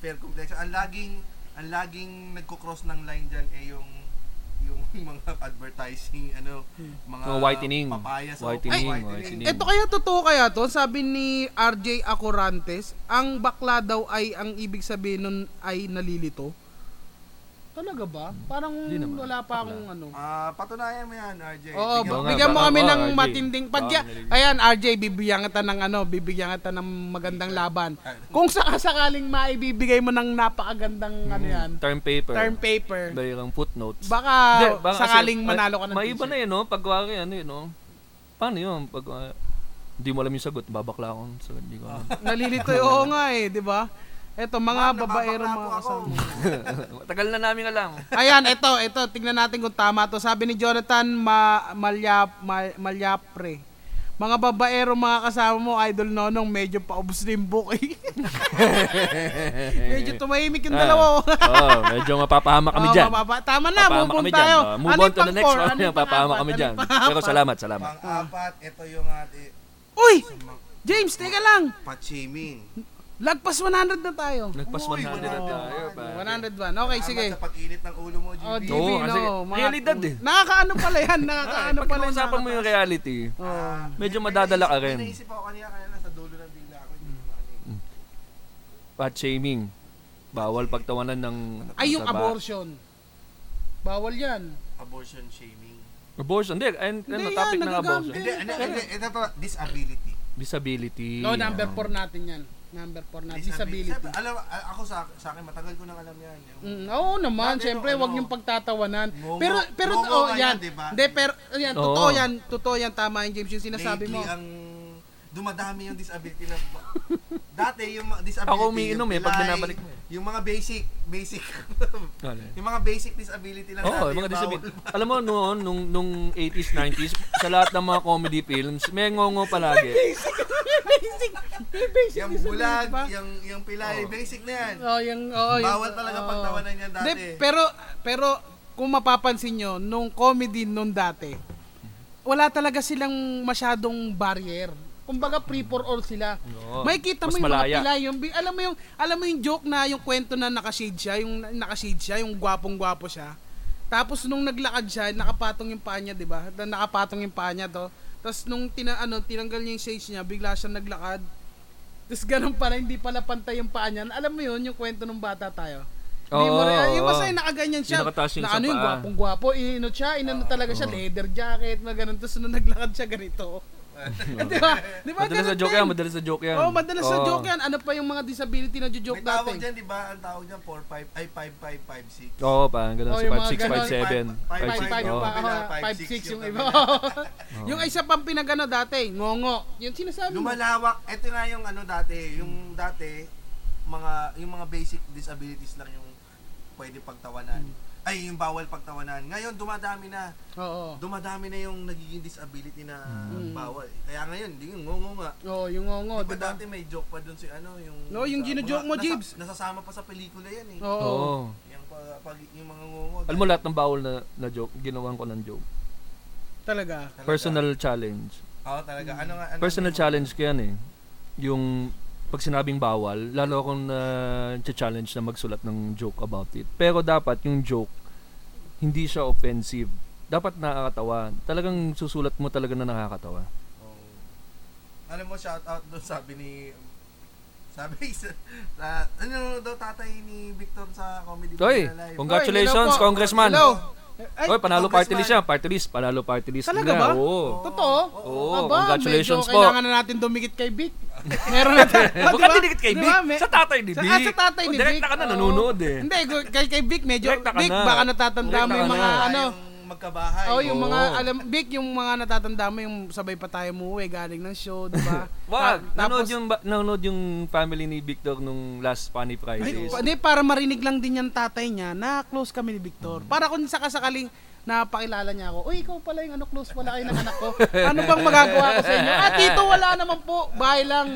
fair complexion. Ang laging, ang laging nagko-cross ng line dyan eh yung yung mga advertising, ano, Hmm. mga, oh, Mga whitening. papaya sa Whitening, whitening. Ito kaya totoo kaya to? Sabi ni RJ Acorantes, ang bakla daw ay, ang ibig sabihin nun ay nalilito. Talaga ba? Parang Hindi naman. wala pa akong ano. Ah, patunayan mo yan, RJ. Tingnan Oo, ba- Ah, mo. bigyan mo baka- kami oo, ng RJ. matinding pagya. Baka nalilito. Ayan, RJ, bibigyan kita ng ano, bibigyan kita ng magandang laban. Ah, Kung sakasakaling maibibigay mo ng napakagandang ano yan, Term Hmm, paper. term paper, Dahil ang footnotes. baka, Hindi, baka sakaling kasi, manalo ka ng May iba t-shirt. na yun, no? Pag wari, ano yun, no? Paano yun? Pag, ah, hindi mo alam yung sagot, babakla ako. So, hindi ko alam. Nalilito yun. Oo nga eh, di ba? Eto, mga Ma'am, babaero nababakla mga po ako. kasama. Tagal na namin alam. Ayan, eto, eto. Tingnan natin kung tama to. Sabi ni Jonathan Ma Malyap Mal- Malyapre. Mga babaero, mga kasama mo, idol nonong, medyo paubos na yung book eh. medyo tumahimik Ah. yung dalawa. oh. Oo, medyo mapapahamak kami Oo, dyan. mapapa- tama na, Papahamak move on kami dyan. tayo. Ah, move Ano on yung to the next pang-four? one. Ano yung Papahamak pang-apat? kami Ano dyan. yung pang-apat? Pero salamat, salamat. Pang-apat, ito yung ate, Uy! James, teka lang. pachiming. Lagpas 100 na tayo. Nagpas Uy, 100 na wala. tayo. pare. 101. Okay, Tama sige. sa pag-init ng ulo mo, Oh, GB. Oo, JB, kasi no. mga- realidad eh. Nakakaano pala yan, Ay, nakakaano Pag Ano pala yan. kinausapan mo yung reality, Oh. medyo madadala ka Ah, rin. Mm. May naisip ako kanina, kaya nasa dulo ng bigla ako. Hindi ko maano eh. Fat shaming. Bawal pagtawanan ng Ay, yung taba. abortion. Bawal yan. Abortion shaming. Mm. Abortion. Hindi, and, ano, Hindi yan, topic ng nagagamit abortion. Hindi, hindi, hindi. Ito to, disability. Disability. No, Oh, number Oo. 4 natin yan. Number 4 natin. Disability. Siyempre, alam, a- ako sa, sa akin, matagal ko nang alam yan. Yung, Mm, oo naman, Dati syempre, nung wag ano, niyong pagtatawanan. ngongo- pero, pero, ngongo oh, ka yan. yan, diba? Hindi, pero, yan, Oo. totoo yan. Totoo yan, tama yung James, yung sinasabi lately, mo. ang dumadami yung disability na... dati, yung mga disability... Ako umiinom yung eh, pag pilay, binabalik mo eh. Yung mga basic, basic... Ano? yung mga basic disability lang Oo, dati, yung mga bawal. disability. Alam mo noon, nung, nung 80s, 90s, sa lahat ng mga comedy films, may ngongo palagi. basic, may basic. Yung disability bulag, pa. yung, yung pilay, basic na yan. Oh, yung, oo, yung- Bawal talaga oo. pagtawanan yan dati. Hindi, pero, pero, kung mapapansin nyo, nung comedy nung dati, wala talaga silang masyadong barrier. Kumbaga free for all sila. Oo. May kita mo Mas yung mga malaya. pila, yung bi- alam mo yung alam mo yung joke na yung kwento na nakashade siya, yung nakashade siya, yung gwapong-gwapo siya. Tapos nung naglakad siya, nakapatong yung paa niya, 'di ba? Na- Nakapatong yung paa niya to. Tapos nung tina, ano, tinanggal niya yung shades niya, bigla siya naglakad. Tapos ganun pala, hindi pala pantay yung paa niya. Alam mo yun, yung kwento nung bata tayo. Hindi mo Oo, rin- oo, yung basta yung oo. nakaganyan siya. Yung nakataas yung na sa ano yung paa. gwapong-gwapo, inano siya, inano talaga siya, leather jacket, mga ganun. Tapos nung naglakad siya, ganito. di ba? Di ba? Madalas na ganun joke din? yan, madalas na joke yan. Oh, madalas na Oo. joke yan. Ano pa yung mga disability na joke May tawag dati? dyan, di ba? Ang tawag dyan, 4-5, ay 5-5-5-6. Oo, parang ganun. Oh, si yung mga 5657. ganun. Five, 56, five, 5-5 yung oo. pa, Kabila, ah, five, 5-6 six yung yung ano iba. yung isa pang pinagano dati, ngongo. Yung sinasabi mo. Lumalawak, ito nga yung ano dati, yung dati, mga, yung mga basic disabilities lang yung pwede pagtawanan. Hmm. Ay, yung bawal pagtawanan. Ngayon, dumadami na. Oo. Dumadami na yung nagiging disability na Hmm. bawal. Kaya ngayon, di yung ngongo nga. Oo, yung ngongo, Diba di ba? dati may joke pa dun si ano, yung... Oh, No, yung sa- gino-joke mga- mo, nasa- Jibs. Oh. Nasasama pa sa pelikula yan eh. Oo. Oo. Yung, pag, pag- yung mga ngongo. Alam mo lahat ng bawal na, na joke, ginawan ko ng joke. Talaga. Talaga. Personal challenge. Oo, talaga. Ano nga? Ano Personal challenge ko yan eh. Yung pag sinabing bawal, lalo akong na-challenge na magsulat ng joke about it. Pero dapat yung joke, hindi siya offensive. Dapat nakakatawa. Talagang susulat mo talaga na nakakatawa. Oo. Oh. Alam mo, shout out doon sabi ni... Sabi sa... sa- ano daw tatay ni Victor sa comedy Toy, Manila Live? congratulations, Oy, hello po. Congressman! Hello. Ay, Oy, panalo Congressman. party list siya. Party list, panalo party list Talaga na. ba? Oo. totoo? Oo, Aba, congratulations medyo po. Kailangan na natin dumikit kay Vic. Meron na tayo. Huwag ka dinikit kay Vic. Sa tatay ni Sa, Vic. ah, sa tatay ni Vic. Direkta ka na, Oo. nanonood eh. Hindi, gu- kay, kay Vic medyo, Direkta ka Vic, na. baka natatanda Direkta mo yung ka mga na. ano. Yung magkabahay. Oh, yung Oo. mga, alam, Vic, yung mga natatanda mo yung sabay pa tayo umuwi, galing ng show, di ba? Wag, Ta- nanood yung, ba- nanood yung family ni Victor nung last Funny Fridays. Hindi, para marinig lang din yung tatay niya na close kami ni Victor. Para kung sakasakaling napakilala niya ako, uy, ikaw pala yung ano, close pala kayo ng anak ko. Ano bang magagawa ko sa inyo? Ah, dito wala naman po. Bye lang.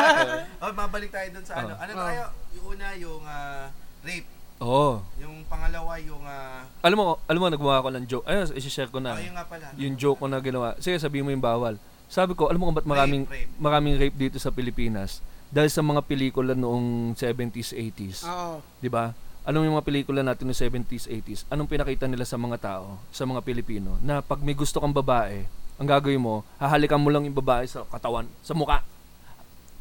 Oh, mabalik tayo doon sa ano. Oh. Ano tayo? Yung una, yung ah, rape. Oo. Yung pangalawa, yung... ah, Alam mo, alam mo, nagbuha ako ng joke. Ayun, isi-share ko na. oh, yung nga pala. ano? Yung joke ko na ginawa. Sige, sabihin mo yung bawal. Sabi ko, alam mo kung ba't maraming, rape. maraming rape dito sa Pilipinas? Dahil sa mga pelikula noong 70s, Ah, 80s. Oo. Di ba? Alam mo yung mga pelikula natin noong 70s, 80s? Anong pinakita nila sa mga tao, sa mga Pilipino? Na pag may gusto kang babae, ang gagawin mo, hahalikan mo lang yung babae sa katawan, sa muka.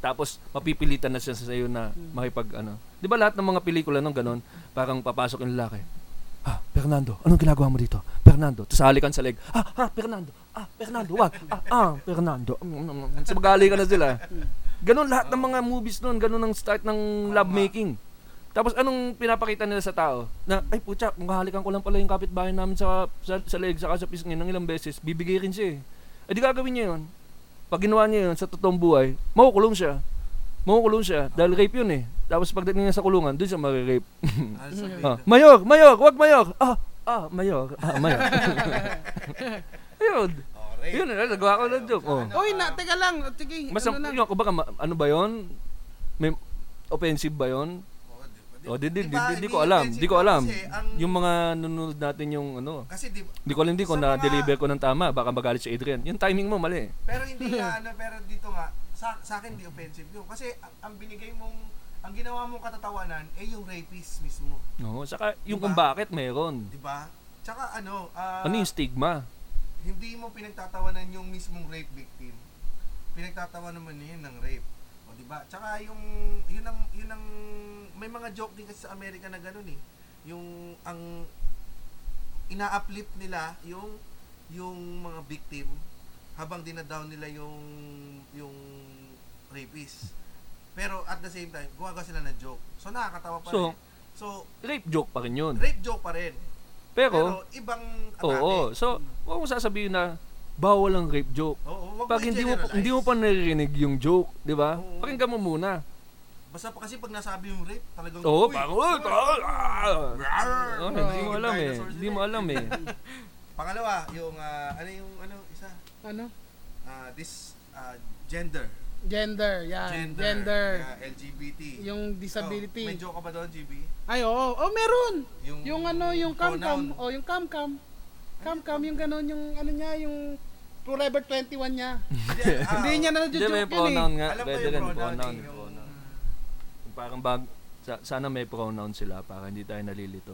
Tapos mapipilitan na siya sa iyo na makipag ano. 'Di ba lahat ng mga pelikula nung ganun, parang papasok yung lalaki. Ah, Fernando, anong ginagawa mo dito? Fernando, tapos halikan sa leg. Ah, ah, Fernando. Ah, Fernando, wag. Ah, ah, Fernando. Tapos maghahalikan na sila. Ganun lahat ng mga movies noon, ganun ang start ng love making. Tapos anong pinapakita nila sa tao? Na, ay putya, maghahalikan ko lang pala yung kapitbahay namin sa, sa, sa leg, saka sa pisngin ng ilang beses, bibigay rin siya eh. Eh di gagawin niya yun. Pag ginawa niya yun sa totoong buhay, makukulong siya. Makukulong siya, dahil rape yun eh. Tapos pagdating niya sa kulungan, doon siya marirrape. Ano sabi? ah, mayor, mayor, wag mayor. Ah, ah, mayor, ah, mayor. Ayun. Oh, rape. Ano? Yun, eh, nagawa ko ng joke. Oh. Uy, na, teka lang. Sige, Mas, ano na. yun, kumbaga, ma- ano ba yun? May offensive ba yun? Oh, di ba? Oh, di, di, di, Diba, di, di ko hindi alam. Di ko offensive alam. kasi ang- Yung mga nanonood natin yung ano. Kasi di Di ko alam, di ko Sa mga- na-deliver ko ng tama. Baka magalit si Adrian. Yung timing mo, mali. Pero hindi nga ano, pero dito nga, sa, sa akin di offensive yun. Kasi ang, ang binigay mong, ang ginawa mong katatawanan, eh yung rapist mismo. No, saka yung Diba? kung bakit meron. Di ba? Tsaka ano, ah, Ano yung stigma? hindi mo pinagtatawanan yung mismong rape victim. Pinagtatawanan mo niya yun ng rape. O di ba? Tsaka yung yun ang yun ang may mga joke din kasi sa Amerika na ganoon eh. Yung ang ina-uplift nila yung yung mga victim habang dinadown nila yung yung rapist. Pero at the same time, gumagawa sila ng joke. So nakakatawa pa So, rin. So, Rape joke pa rin yun. rape joke pa rin. Pero Pero, ibang oo. atake. So, huwag mo sasabihin na bawal ang rape joke. Oo, wag Pag hindi mo, pa- i-generalize. hindi mo pa naririnig yung joke, di ba? Oo. Pakinggan mo muna. Basta pa kasi pag nasabi yung rape, talagang "Uy, Oo, parang, uy, oh, tol, Rawr! ah." Oo, hindi mo Yung alam eh. dinosaurs Hindi nila mo alam eh. Pangalawa, yung ah, ano yung ano isa, Ano? Ah, this ah, gender. Gender, yan. Gender. Gender. ah, LGBT. Yung Oh, disability. may joke ka ba doon, GB? Ay, oo. Oh, meron. Yung, Yung ano, yung pronoun. kamkam. Oh, yung kamkam. Kamkam, yung ganun, yung ano niya, yung Forever 21 niya. Ah, Hindi niya na Hindi, joke may yun eh. pronoun nga. Alam ko Pwede yung rin, pronoun pronoun. eh, yung- pronoun. Yung Parang bag, sa- sana may pronoun sila para hindi tayo nalilito.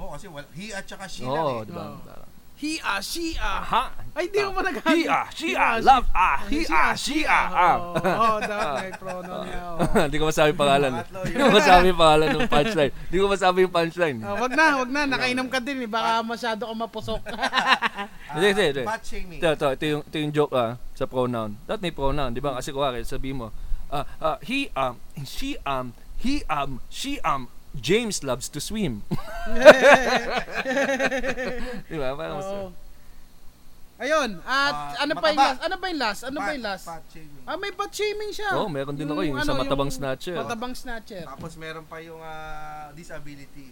Oo, kasi well, he at saka she lang Oo, eh. di ba? Oo. He ah, she ah. Ha? Ay, hindi ko pa nag He ah, she ah, love ah, he ah, she ah, ah. Oo, oh, dapat may pronoun niya. oo. Hindi ko masabi pangalan. eh. Pangatlo, Hindi yun. ko masabi pangalan ng punchline. Hindi ko masabi yung punchline. Ah, wag na, wag na. Nakainom ka din eh. Ah. Baka masyado ka mapusok. Hindi, hindi, hindi. Fat shaming. Ito, ito, ito, yung, ito yung joke ah, sa pronoun. Dapat may pronoun, di ba? Kasi kuwari, sabi mo, ah, ah, he, um, she, um, he, um, she, um, James loves to swim. di ba? Parang mas, Oo. Ayun, at Ah, ano pa yung mataba. last? Ano ba yung last? Ano ba yung last? Fat shaming. Ah, may butt shaming siya. ano, Oh, meron din ako yung sa matabang snatcher. Matabang snatcher. Tapos meron pa yung ah, disability.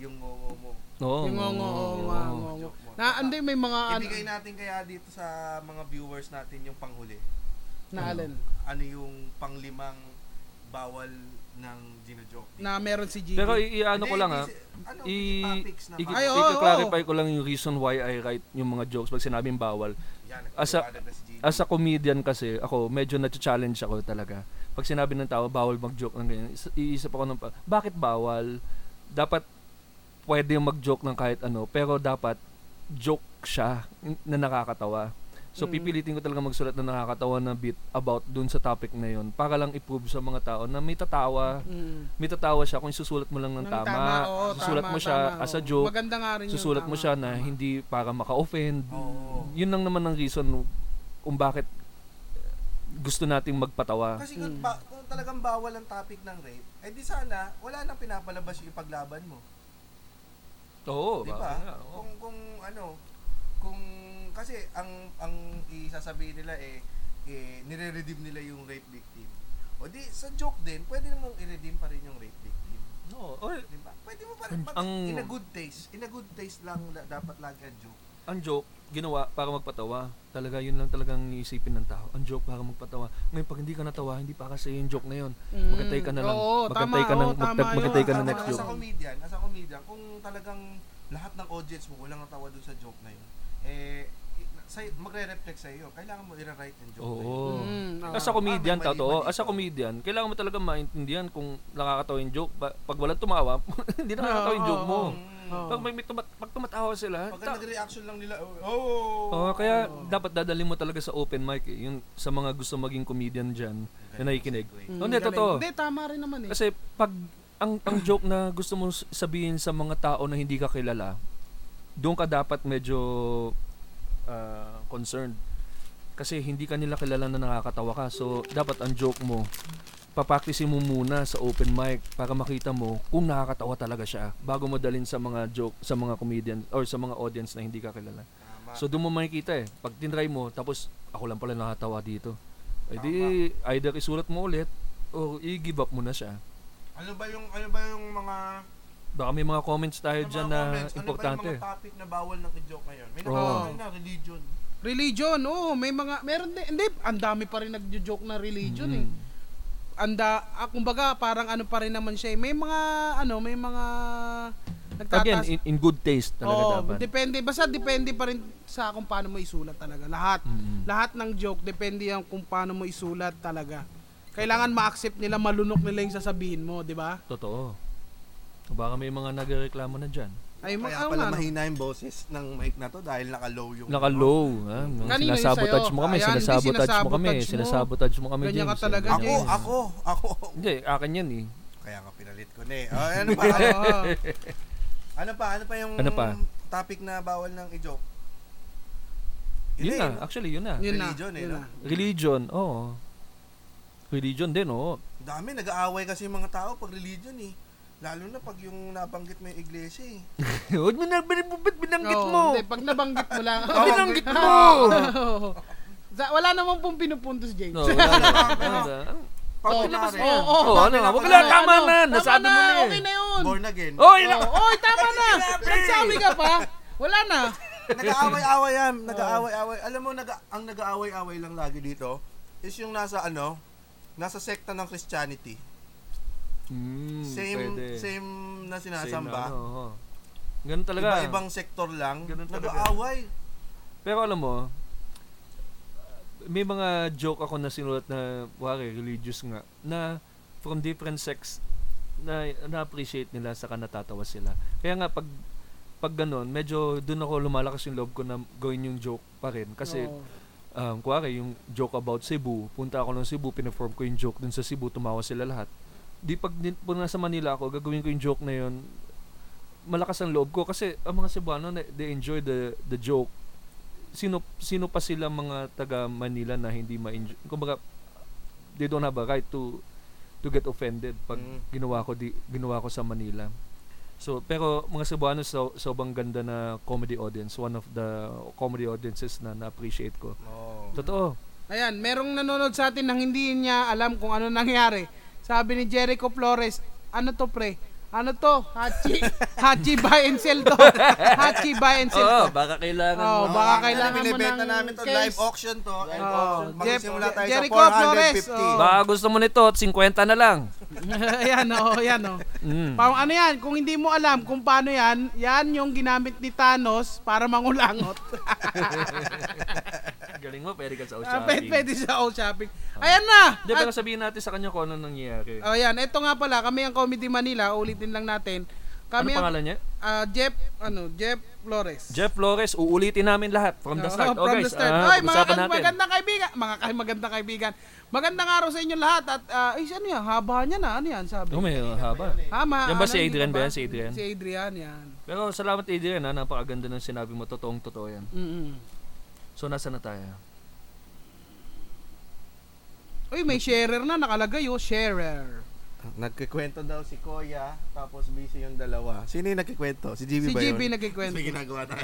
Yung ngongo mo. Oo, Yung oo, ngongo, oo, oo, oo. ngongo, ngongo. Na, hindi, may mga ano, Ibigay natin kaya dito sa mga viewers natin yung panghuli. na alin. Ano yung panglimang bawal ng ginojoke? Na meron si Gigi. Pero i- i-ano ko lang ah, Ano, i- topics i- naman. Ay, oo, i-clarify ko lang yung reason why I write yung mga jokes pag sinabing bawal. Yan, as a- nagpaliwanag na si Jimmy. As a comedian kasi, ako, medyo na-challenge ako talaga. Pag sinabi ng tao, bawal mag-joke ng ganyan, is- iisip ako ng, pa- bakit bawal? Dapat, pwede yung mag-joke ng kahit ano, pero dapat, joke siya n- na nakakatawa. So, Mm. pipilitin ko talaga magsulat na nakakatawa na bit about dun sa topic na yun para lang i-prove sa mga tao na may tatawa, Mm. may tatawa siya kung susulat mo lang ng, Nang tama, oo, susulat tama, mo siya tama, as a oo. joke, Maganda nga rin yun, susulat mo tama. siya na hindi para maka-offend. Oo. Yun lang naman ang reason kung bakit eh, gusto nating magpatawa. Kasi kung, ba- kung talagang bawal ang topic ng rape, eh di sana, wala nang pinapalabas yung ipaglaban mo. Oo, Di bakit Oh, nga, ba? oo. Kung, kung ano, kung, kasi ang, ang isasabihin nila eh, eh nire-redeem nila yung rape victim. O di, sa joke din, pwede namang i-redeem pa rin yung rape victim. Oo, oy, Di ba? Pwede mo pa rin, pag- Ang- in a good taste, in a good taste lang la- dapat lagi ang joke. ang joke ginawa para magpatawa. Talaga yun lang talagang iisipin ng tao. Ang joke para magpatawa. Ngayon pag hindi ka natawa, hindi para sa yung joke na yun. Mm. Magantay ka na lang. Oo, magantay tama, ka ng oo, tama magta- yun. magantay ka ng Tama, next as joke. a comedian, as a comedian, kung talagang lahat ng audience mo walang natawa dun sa joke na yun, eh, i- sa, magre-reflect sa iyo. Kailangan mo i-write ang joke na yun. Oo. Mm, oo. As a comedian, Ah, may mali, totoo. mali. As a comedian, kailangan mo talaga maintindihan kung nakakatawa yung joke. Ba- Pag walang tumawa, hindi na nakakatawa yung Oo, joke mo. oo, oo. Pag, may, may tumat- pag tumatawa sila, Hmm. Pag ta- nag-reaction lang nila, oh! Oo, kaya dapat dadalhin mo talaga sa open mic eh. Yung sa mga gusto maging comedian dyan na nakikinig. segue. Hindi, Galing. totoo. Hindi, tama rin naman eh. Kasi pag ang, ang joke na gusto mo s- sabihin sa mga tao na hindi ka kilala, doon ka dapat medyo ah, concerned. Kasi hindi ka nila kilala na nakakatawa ka. So, dapat ang joke mo, papaktisin mo muna sa open mic para makita mo kung nakakatawa talaga siya bago mo dalhin sa mga joke, sa mga comedian or sa mga audience na hindi ka kilala. So, doon mo makikita eh. Pag tinry mo, tapos ako lang pala nakakatawa dito. Eh di, either isulat mo ulit o i-give up mo na siya. Ano ba yung, ano ba yung mga, Baka may mga comments tayo ano dyan mga na comments? importante. Ano ba yung mga topic na bawal ng joke ngayon? May Oo. nakakaroon na religion. Religion, oo, may mga, meron din, hindi, ang dami pa rin nagjo-joke na religion eh. Anda, ah, kumbaga, parang ano pa rin naman siya eh. May mga, ano, may mga, Again, nagtatas. in, in good taste talaga Oo, dapat. depende, basta depende pa rin sa kung paano mo isulat talaga. Lahat, lahat ng joke, depende yan kung paano mo isulat talaga. Kailangan ma-accept nila, malunok nila yung sasabihin mo, di ba? Totoo. Baka may mga nagreklamo na dyan. Ay, Kaya mga, ano pala nga, no? mahina yung boses ng mic na to dahil naka-low yung... Naka-low. Ha? Mga Kanino yun sinasabotage sa'yo? mo kami, Ayan, hindi sinasabotage mo kami, sinasabotage mo. sinasabotage mo kami, Ganyan ka James. talaga, Ganyan. Ako, ako, ako. Hindi, akin yan eh. Kaya nga pinalit ko na eh. Oh, ano pa? Ano, Oo. ano pa? Ano pa yung Ano pa? topic na bawal ng i-joke? Yun eh, na, no? actually yun na. yun na, Religion eh, yun no? na. Religion, oo. Religion din, oo. Ang Dami, nag-aaway kasi yung mga tao pag religion eh. Lalo na pag yung nabanggit mo yung iglesia eh. Huwag mo na, ba't binanggit Oo, mo? Hindi, pag nabanggit mo lang. Ba't binanggit mo? Oo. Sa- wala naman pong pinupuntos, James. No, wala na. Ano na? Pag oh, Oo, kunwari, oo, oo. Oo, ano na, wag na, tama Ano, na, nasabi mo na Okay eh. na yun. born again. Oy, Oo, oy, tama na. Nagsabi ka pa. Wala na. Nag-aaway-away yan. Oh. Nag-aaway-away. Alam mo, nag ang nag-aaway-away lang lagi dito is yung nasa ano, nasa sekta ng Christianity. Mm, Same pwede. same na Same na, sinasamba. ano, oo. Ganun talaga. Iba-ibang sektor lang. Ganun talaga. Nag-aaway. Pero alam mo, may mga joke ako na sinulat na, wari, religious nga, na from different sects na na-appreciate nila saka natatawa sila. Kaya nga pag pag ganun, medyo doon ako lumalakas yung loob ko na gawin yung joke pa rin kasi Oo. um, kuwari, yung joke about Cebu, punta ako ng Cebu, pinaform ko yung joke dun sa Cebu, tumawa sila lahat. Di pag din- pag nasa Manila ako, gagawin ko yung joke na yun, malakas ang loob ko kasi ang mga Cebuano, na- they enjoy the the joke. Sino sino pa sila mga taga Manila na hindi ma-enjoy? Kumbaga, they don't have a right to to get offended pag Mm. ginawa ko di, ginawa ko sa Manila. So, pero mga Cebuano so, sobrang ganda na comedy audience, one of the comedy audiences na na-appreciate ko. Oo. Totoo. Ayan, merong nanonood sa atin nang hindi niya alam kung ano nangyari. Sabi ni Jericho Flores, ano to pre? Ano to? Hachi, Hachi buy and sell to. Hachi buy and sell to. baka kailangan Oo, Oo, baka ano, kailangan mo binibenta ng namin to, case. live auction to. Live Oo. auction. Magsimula Jeff- tayo Jericho sa Flores, Oh. 450. oo. Baka gusto mo nito, 50 na lang. ayan oh, ayan oh. Mm. Parang ano yan, kung hindi mo alam kung paano yan, yan yung ginamit ni Thanos para mangulangot. Galing mo, pwede ka sa Ah, usapin. pwede, pwede sa all shopping. Ayan na! Hindi, At- pero sabihin natin sa kanya kung ano nangyayari. Oh, yan. Ito nga pala, kami ang Comedy Manila, ulitin lang natin. ano Kami ang- pangalan niya? Ah, Jeff, ano, Jeff Flores. Jeff Flores, uulitin namin lahat from the Oh, start. Oh, from guys, the start. ah, Ay, mga usapan ka- natin. magandang kaibigan. Mga ka- magandang kaibigan. Magandang araw sa inyo lahat. At, ah, ay, ano yan? Haba niya na. Ano yan? Sabi. Oh, may haba. Hama. ano Yan ba si hindi Adrian ka ba yan? Si Adrian? Si Adrian, yan. Pero salamat Adrian, ha? ah, napakaganda ng sinabi mo. Totoong totoo yan. Mm-mm. So, nasa na tayo? Uy, may sharer na nakalagay, oh. Sharer. Nagkikwento daw si Koya, tapos busy yung dalawa. Sino yung nagkikwento? Si GB Si ba yun? GB nagkikwento. May ginagawa tayo.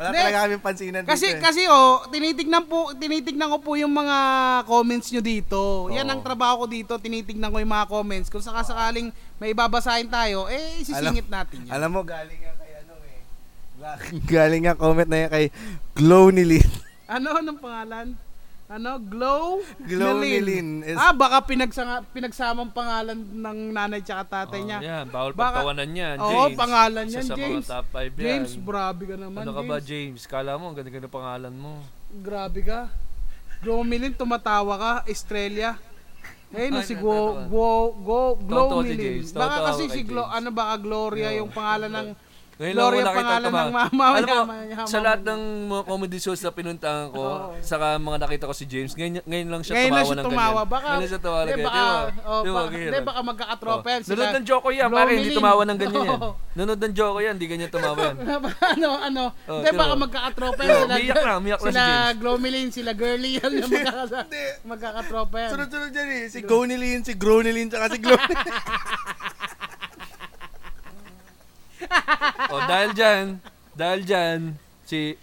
Wala Hindi. talaga kaming pansinan Kasi dito. eh. kasi oh, tinitignan po tinitignan ko po yung mga comments nyo dito. Yan ang trabaho ko dito, tinitignan ko yung mga comments. Kung sakasakaling may babasahin tayo, eh sisingit natin yan. Alam mo, galing nga kay ano eh. Ga- galing nga comment na yan kay Glow ni Lin. Ano anong pangalan? Ano? Glow? Glow Nilin is- Ah, baka pinagsanga, pinagsamang pangalan ng nanay tsaka tatay niya. Yan, Oh, bawal Baka- pagtawanan yan. Oo, James. pangalan Isa yan, sa James. mga top 5 yan. James, grabe ka naman, Ano ka ba, James. James? Kala mo, ang ganda-ganda pangalan mo. Grabe ka. Glow Milin, tumatawa ka. Estrella. Eh, no, Ay, si Go, natatawa. Go, Go, Glow Totoo si Milin. James, Baka totoo kasi kay si Glo, James. ano baka Gloria yung pangalan ng... Ngayon Gloria lang ako nakita pangalan ito ba? ng mama- Alam mo, mama- mama- sa lahat ng mga comedy shows na pinuntahan ko, Oo. saka mga nakita ko si James, ngayon, ngayon lang siya Ngayon tumawa lang siya ng tumawa. ganyan. Baka, ngayon lang siya tumawa ng hindi, ganyan. baka, oh, Di ba? baka, Di ba? hindi, baka magkakatropa yan. Oh, Nunod ng joke ko yan, Glow pare, hindi Milin. tumawa ng ganyan eh. yan. Oo. Nunod ng joke ko yan, hindi ganyan tumawa yan. Oh. ano, ano. Oh, Hindi, sino? baka magkakatropa yan. Oh, Sila, umiyak na, umiyak na si sila James. Glomilin, sila Girly, yan yung magkakasa, magkakatropa yan. Sunod-sunod dyan eh. Si Go ni Lin, si Grow ni Lin, tsaka si Glow ni Lin. oh, dahil dyan, dahil dyan, si...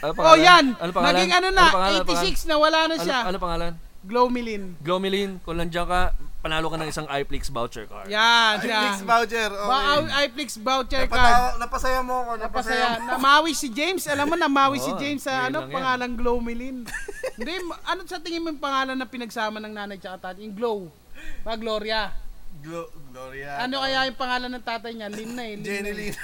Ano Oh, pangalan? yan. Ano pangalan? Naging ano na, pangalan? Ano pangalan? 86 na wala na Ano, siya. ano pangalan? Glomilin. Gomilin, kung nandiyan ka, panalo ka ng isang iFlix voucher card. Yan, yan. Mix voucher. Okay. Ba, iFlix voucher card. Napatawa- napasaya mo ako. Napasaya. Napasaya. Namawi si James. Alam mo, namawi si Oo, James sa ngayon ano, Oh, lang yan. pangalang Glomilin. Hindi, ma- ano sa tingin mo yung pangalan na pinagsama ng nanay tsaka tatay? Yung Glow. Pa Gloria. Glo- Gloria. Ano kaya yung pangalan ng tatay niya? Lin na eh. Lin Jenny na eh. Lin.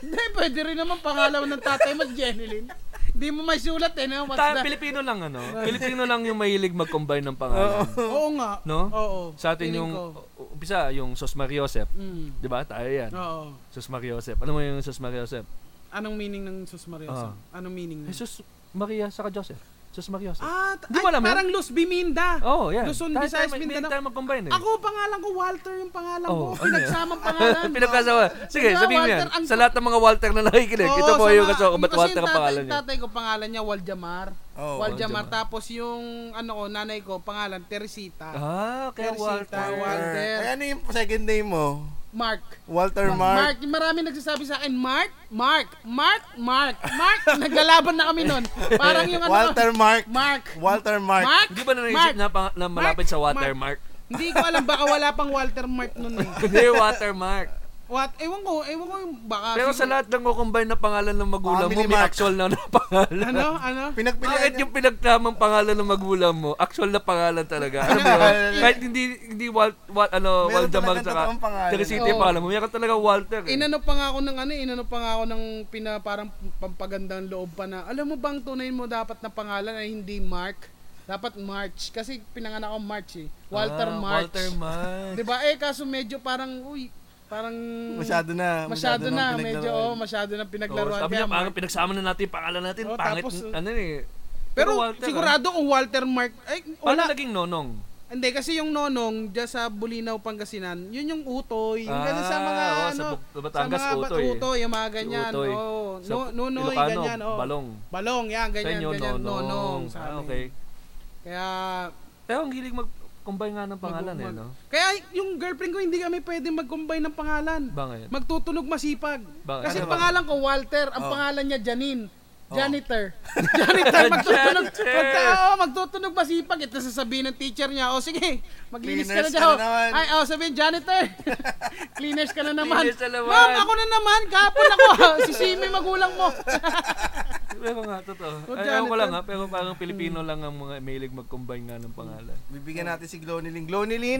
Hindi, pwede rin naman pangalan ng tatay mo, Jenilyn. Hindi mo may sulat eh, no? What's Tayo, the- Pilipino lang ano. Pilipino lang yung mahilig mag-combine ng pangalan. Oo nga. No? Oo. Sa atin Feeling yung, ko. u- umpisa, yung Sosmar Yosef. Mm. 'Di ba? Tayo yan. Oo. Sosmar Yosef. Ano mo yung Sosmar Yosef? Anong meaning ng Sus Maria? Oo. Anong meaning nun? Ay, Eh, Sos Maria saka Joseph. Sosmar Yosef. Ah, t- ay, Di mo alam yun? parang Luz Biminda. Oh, yan. Luzon, Tayo- Visayas, tayo- may- Mindanao. may tayo mag-combine eh. Ako, pangalan ko, Walter yung pangalan Oh, ko. ano Pinagsamang pangalan. Pinagkasawa. Sige, Kaya, sabihin mo Walter, yan. ang- Sa lahat ng mga Walter na nakikinig, Oo, ito po sa yung mga- kasawa ko. Ba't kasi Walter ang tatay- pangalan niya? tatay ko pangalan niya, Waljamar. Oh, Waljamar. Waljamar. Tapos yung, ano ko, nanay ko, pangalan, Teresita. Ah, kaya Teresita, Walter. Walter. Ay, ano yung second name mo? Mark. Walter Mark, Mark. yung marami nagsasabi sa akin, Mark, Mark, Mark, Mark, Mark. Naglalaban na kami nun. Parang yung ano. Walter Mark. Mark. Walter Mark. Mark. Hindi ba na naisip Mark. na, pang- na malapit sa Mark. watermark? Hindi ko alam, baka wala pang Walter Mark nun eh. Hindi, watermark. What? Ewan ko, ewan ko yung baka... Pero sa lahat ng kukumbine na pangalan ng magulang mo, Family may Mart. actual na na pangalan. Ano? Ano? Pinagpilian Bakit yung pinagtamang pangalan ng magulang mo, actual na pangalan talaga. Ano ba yun? Kahit hindi, hindi Wal, Wal, ano, Meron Waldemar talagang saka totoong pangalan. Teresita yung Oo. pangalan mo. Meron talaga Walter. Eh. Inano pa nga ako ng ano, eh, inano pa nga ako ng pina, parang pampagandang loob pa na, alam mo bang tunay mo dapat na pangalan ay hindi Mark? Dapat March. Kasi pinanganak ako March eh. Walter Ah, March. Walter March. 'Di ba? Eh kaso medyo parang uy, parang Masyado na. masyado nang na, medyo pinaglaruan. oh, masyado na Oo, pinaglaruan. sabi Kaya niya, parang Mark. pinagsama na natin yung pangalan natin. Oo, pangit, tapos, uh, ano eh. Pero Walter, sigurado kung Walter Mark, ay ah. Paano wala. naging nonong? Hindi kasi yung nonong diyan sa Bulinaw Pangasinan, yun yung utoy, yung ganun sa Ah, mga oo, sa ano, Bug- Batangas, sa mga utoy, eh. utoy, yung mga ganyan. Si Utoy. Oh, Sa no, nunoy, Ilocano, ganyan, oh. Balong. Balong, yan, Sa ganyan, inyo, ganyan, nonong. nonong. sa Ah, amin. okay. Kaya, Pero ang hilig mag-combine nga ng pangalan eh, mag- no? Kaya yung girlfriend ko, hindi kami pwede mag-combine ng pangalan. Bakit? Magtutunog masipag. Bakit? Kasi Ano ang ba? pangalan ko, Walter. Ang Oh. pangalan niya, Janine. Janitor. Janitor, magtutunog. Janitor! Pagka, oh, magtutunog masipag. Ito sasabihin ng teacher niya, oh sige, maglinis ka na Cleaners dyan. ka oh." na naman. Ay, oh, sabihin, janitor. Cleaners ka na naman. Cleaners na naman. Ma'am, ako na naman. Kapon ako. Sisimi magulang mo. Pero nga, totoo. Oh, Ay, ewan ko Jonathan. lang ha, pero parang Mm. Pilipino lang ang mga mahilig mag-combine nga ng pangalan. Bibigyan natin si Glonilin. Glonilin!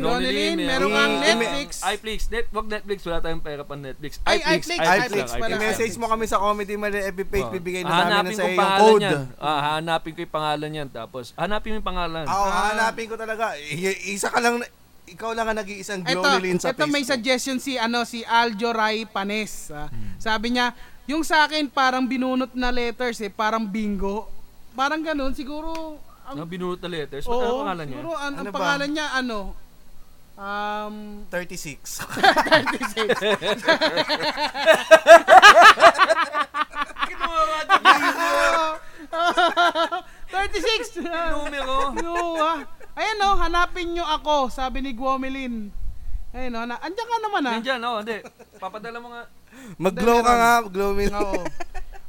Ronilyn, Glonilyn, meron meron kang kang Netflix. iFlix, net, wag Netflix, wala tayong pera pang Netflix. Ay, iFlix, iFlix, iFlix iFlix. lang, pala. I-message mo kami sa Comedy Mali FB page. Oh. Bibigay na namin Hahanapin na sa ko iyo yung pangalan code. Yan. Ah, hahanapin ko yung pangalan yan. Tapos, hanapin mo yung pangalan. Ako, Oh, Ah. hahanapin ko talaga. I- Isa ka lang, na- ikaw lang ang nag-iisang Eto, Glonilin sa eto Facebook. may suggestion si ano si Aljo Ray Panes. ah. Sabi niya, yung sa akin parang binunot na letters eh, parang bingo. Parang ganun siguro ang no, binulot na letters. Oo, Ano ang pangalan niya? siguro an- ang Ano ba? pangalan niya ano um 36. 36. Oo. 36. Numero. No, ah. Ayan oh, hanapin niyo ako, sabi ni Guomelin. Ayun oh, na, andiyan ka naman ah. Nandiyan, oh, hindi. Papadala mo nga. Mag-glow ka nga, glowin. Oo.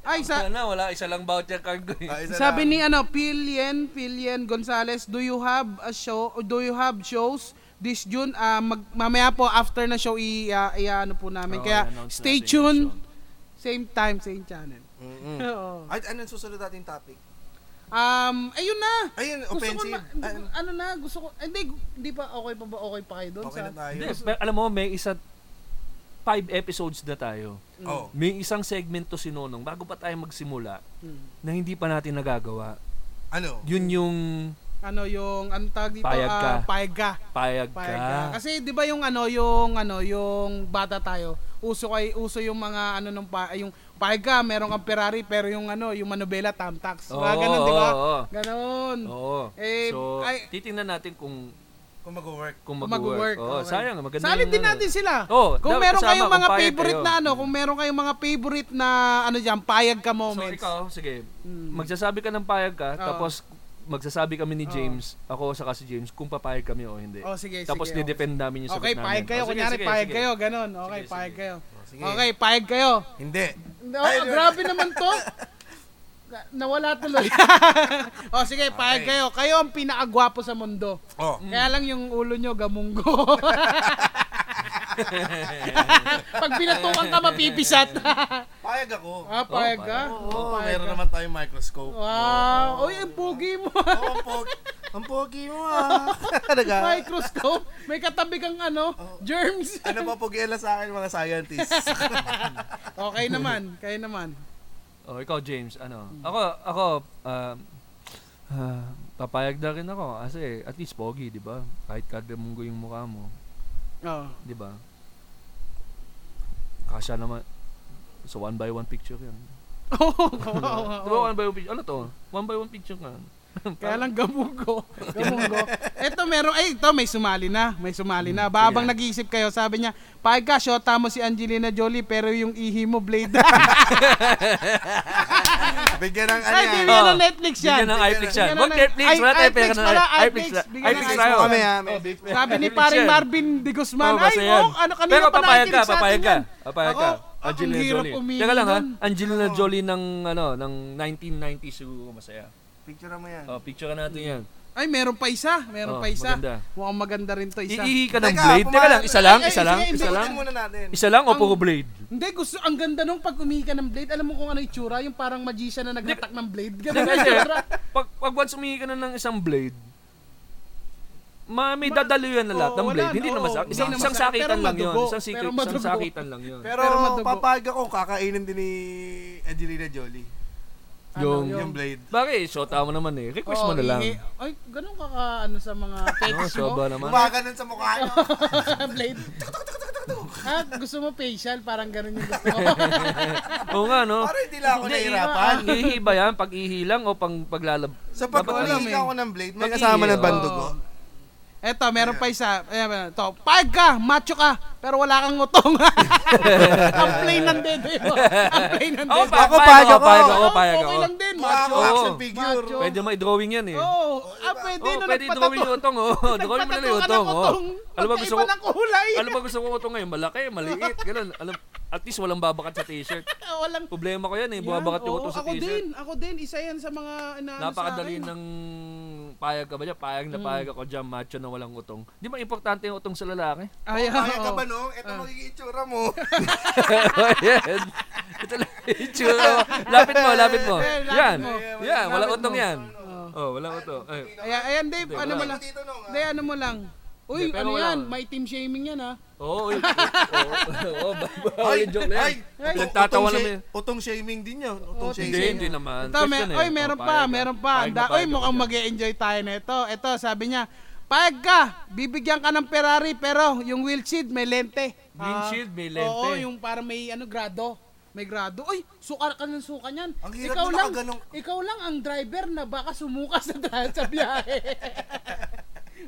Ay, sa, Sana, wala. Isa lang voucher card ko eh. Ah, Sabi ni ano, Pilien, Pilien Gonzales, do you have a show, do you have shows this June? Ah, mag, mamaya po after na show i, ah, i- ano po namin. Oo, Kaya i-announce stay natin yung tuned. Same time, same channel. Oo. Ay, anong susunod nating topic? Um, ayun na. Ayun, Gusto ko offensive. Ah, na- hindi ko- Ayun. ano na, gusto ko, eh, hindi, hindi pa okay pa ba, okay pa kayo doon Okay sa, na tayo. Hindi, pero alam mo, may isa, five episodes na tayo. Oh. May isang segment to si Nonong bago pa tayo magsimula Hmm. na hindi pa natin nagagawa. Ano? Yun yung ano yung, ano tawag dito, Payag ka. Ah, payag ka. payag, Payag ka. ka. Kasi 'di ba yung ano yung ano yung bata tayo, uso kay uso yung mga ano nung pa, yung payag ka, meron kang Ferrari pero yung ano yung manobela tamtax. Mga Oo, ganun 'di ba? oo, oo. Ganun. Oo. Eh, so, ay- titingnan natin kung Kung mag-work. kung Mag-work. mag-work. Oo, okay. sayang, maganda Salin yung din ano. natin sila. Oo, kung dapat meron kasama, kayong mga kung payag favorite kayo. na ano, kung meron kayong mga favorite na ano diyan, payag ka So, moments. ikaw, sige, magsasabi ka ng payag ka, Hmm. Oo. tapos magsasabi kami ni James, ako saka si James, kung papayag kami o hindi. Oh, sige, tapos sige, didepend namin yung sagot Okay, namin. payag kayo. Oh, sige, Kunyari, sige, payag sige. kayo. Ganun. Okay, Sige, payag sige. kayo. sige. Okay, payag kayo. Hindi. Oo, grabe naman to. Na- Nawala tuloy. o sige, payag kayo. Kayo ang pinakagwapo sa mundo. Oh. Kaya lang yung ulo nyo, gamunggo. Pag pinatukan ka, mapipisat. Payag ako. ah, payag ka? Oo, Ah. Payag meron ka? naman tayong microscope. Wow. Uy, ang pogi mo. Oo, ang pogi. Ang pogi mo ah. Talaga. Microscope. May katabi kang ano, germs. Ano pa pogiela sa akin mga scientists? okay naman, kayo naman. Oh, ikaw James, ano? Ako, ako, um, ah, papayag na rin ako kasi at least pogi, di ba? Kahit kada munggo yung mukha mo, Oh. di ba? Kasya naman. So, one by one picture yan. Oo, oo, oo. Di ba, one by one picture? Ano to? One by one picture nga. Kaya lang gamunggo. Gamunggo. Ito meron, ay ito may sumali na. May sumali Mm, na. Babang nag-iisip kayo, sabi niya, pag ka, shota mo si Angelina Jolie pero yung ihi mo Blade. Bigyan ng ano ay, yan. bibigyan ng Netflix yan. Oh, Bigyan ng iFlix yan. Bigyan ng Wag Netflix, i- wala tayo pera iFlix na pala, iFlix. iFlix. na- Bigyan ng iFlix iFlix tayo. mo Kami ah, may beef. Sabi ni Netflix paring yan. Marvin de Guzman, Oo, ay, basta yan. oh, ano kanina Pero pa papayag nakikinig ka, sa atin papayag ka. yan. Papayag Ako, ka. ang Angelina hirap Jolie. umili Teka lang ha, nun. Angelina Jolie ng, ano, ng 1990s siguro masaya. Picture mo yan. Hmm. Oh, picture Oh, natin yan. Ay, meron pa isa. Meron Oh, pa isa. maganda. Mukhang maganda rin to isa. Iihi ka ng Teka, blade. Teka kumakain- lang, isa lang, Ay, isa ay, lang, sige, isa hindi, lang. Ulitin muna natin. Isa lang o Ang- puro blade? Hindi, gusto, ang ganda nung pag umihi ka ng blade. Alam mo kung ano itsura? Yung parang magician na naghatak ng blade. Ganun ang Kasi, itsura. pag, pag once umihi ka na ng isang blade, ma, may dadaluyan na lahat oo, ng wala blade. na, Hindi na oo, masak. hindi Isang, na isang masakit, sakitan pero lang yun. madugo, Isang, sik- pero isang madugo. sakitan lang yun. Pero, Pero madugo. papayag ako, kakainin din ni Angelina Jolie. ano yung, Yung blade. Bakit? Shota mo naman eh. Request mo Oo, na lang. Oh, ihi. Ay, ganun ka ka ano sa mga No, pecs mo. soba naman. Gumaganon sa mukha niya. blade. ah, gusto mo facial? Parang ganun yung gusto mo. Oo nga, no? Para hindi lang ako Hindi, nahihirapan. Ihi ba yan? Pag-ihi lang o pang paglalab? Sa Dapat ano, alam pagkulihin eh. ako ng blade, oh, may Pag-ihi, kasama ng oo. bandugo. Eto, meron pa isa. Ayan, to. Pag ka, macho ka, pero wala kang utong. Ang plain ng dede mo. Ang plain ng Ako, dede. pa- Ako, payag ako, payag payag ako. ako, Oh, payag Okay ako. lang din, Mukha macho. ako action Oo. figure. Macho. Pwede may drawing yan eh. Oo, oh, ah, pwede Oh, no, pwede nagpatato. drawing yung utong, oh. Drawing mo na lang Nagpatato ka ng yung utong, oh. utong. Alam mo, gusto Magkaiba ko- ng kulay. Ano ba gusto ko utong ngayon? Malaki, maliit, ganun. Alam, at least walang babakat sa t-shirt. Ah, Walang Problema ko yan Yan, eh, babakat yung oo, utong sa Ako din, t-shirt. ako din. Isa yan sa mga inaano Napakadali sa akin. ng payag ka ba dyan? Payag na payag ako dyan, macho na walang utong. Di ba importante yung utong sa lalaki? Ay, Kaya ka oo. ba no? Ito magiging itsura mo. Ayan. Ito lang yung itsura mo. Lapit mo, lapit mo. Eh, lapit Yan. mo. Yan, walang Lapit utong mo. yan. Oh, walang utong. Ay, Ayan, ayan Dave, ano mo lang. Dito nung, Dave, ano mo lang. Uy, eh. Hindi, pero ano wala yan? ko. May team shaming yan ah. ha. Oo, oh, oh, oh, oh, yung joke na yan. Nagtatawa utong naman. sha- Utong shaming din yun. Utong Utong shaming. Hindi, hindi naman. Ito, may, Question eh. oy, meron Oh, pa, payag ka. meron pa. Payag Anda, oy, na payag ako mukhang dyan. mag enjoy tayo nito. Ito, sabi niya, payag ka, bibigyan ka ng Ferrari, pero yung windshield may lente. Windshield may Ah, lente. Oo, yung para may ano, grado. May grado. Uy, suka ka ng suka niyan. Ang hirap ikaw na lang, nakaganong- ikaw lang ang driver na baka sumuka sa, sa biyahe.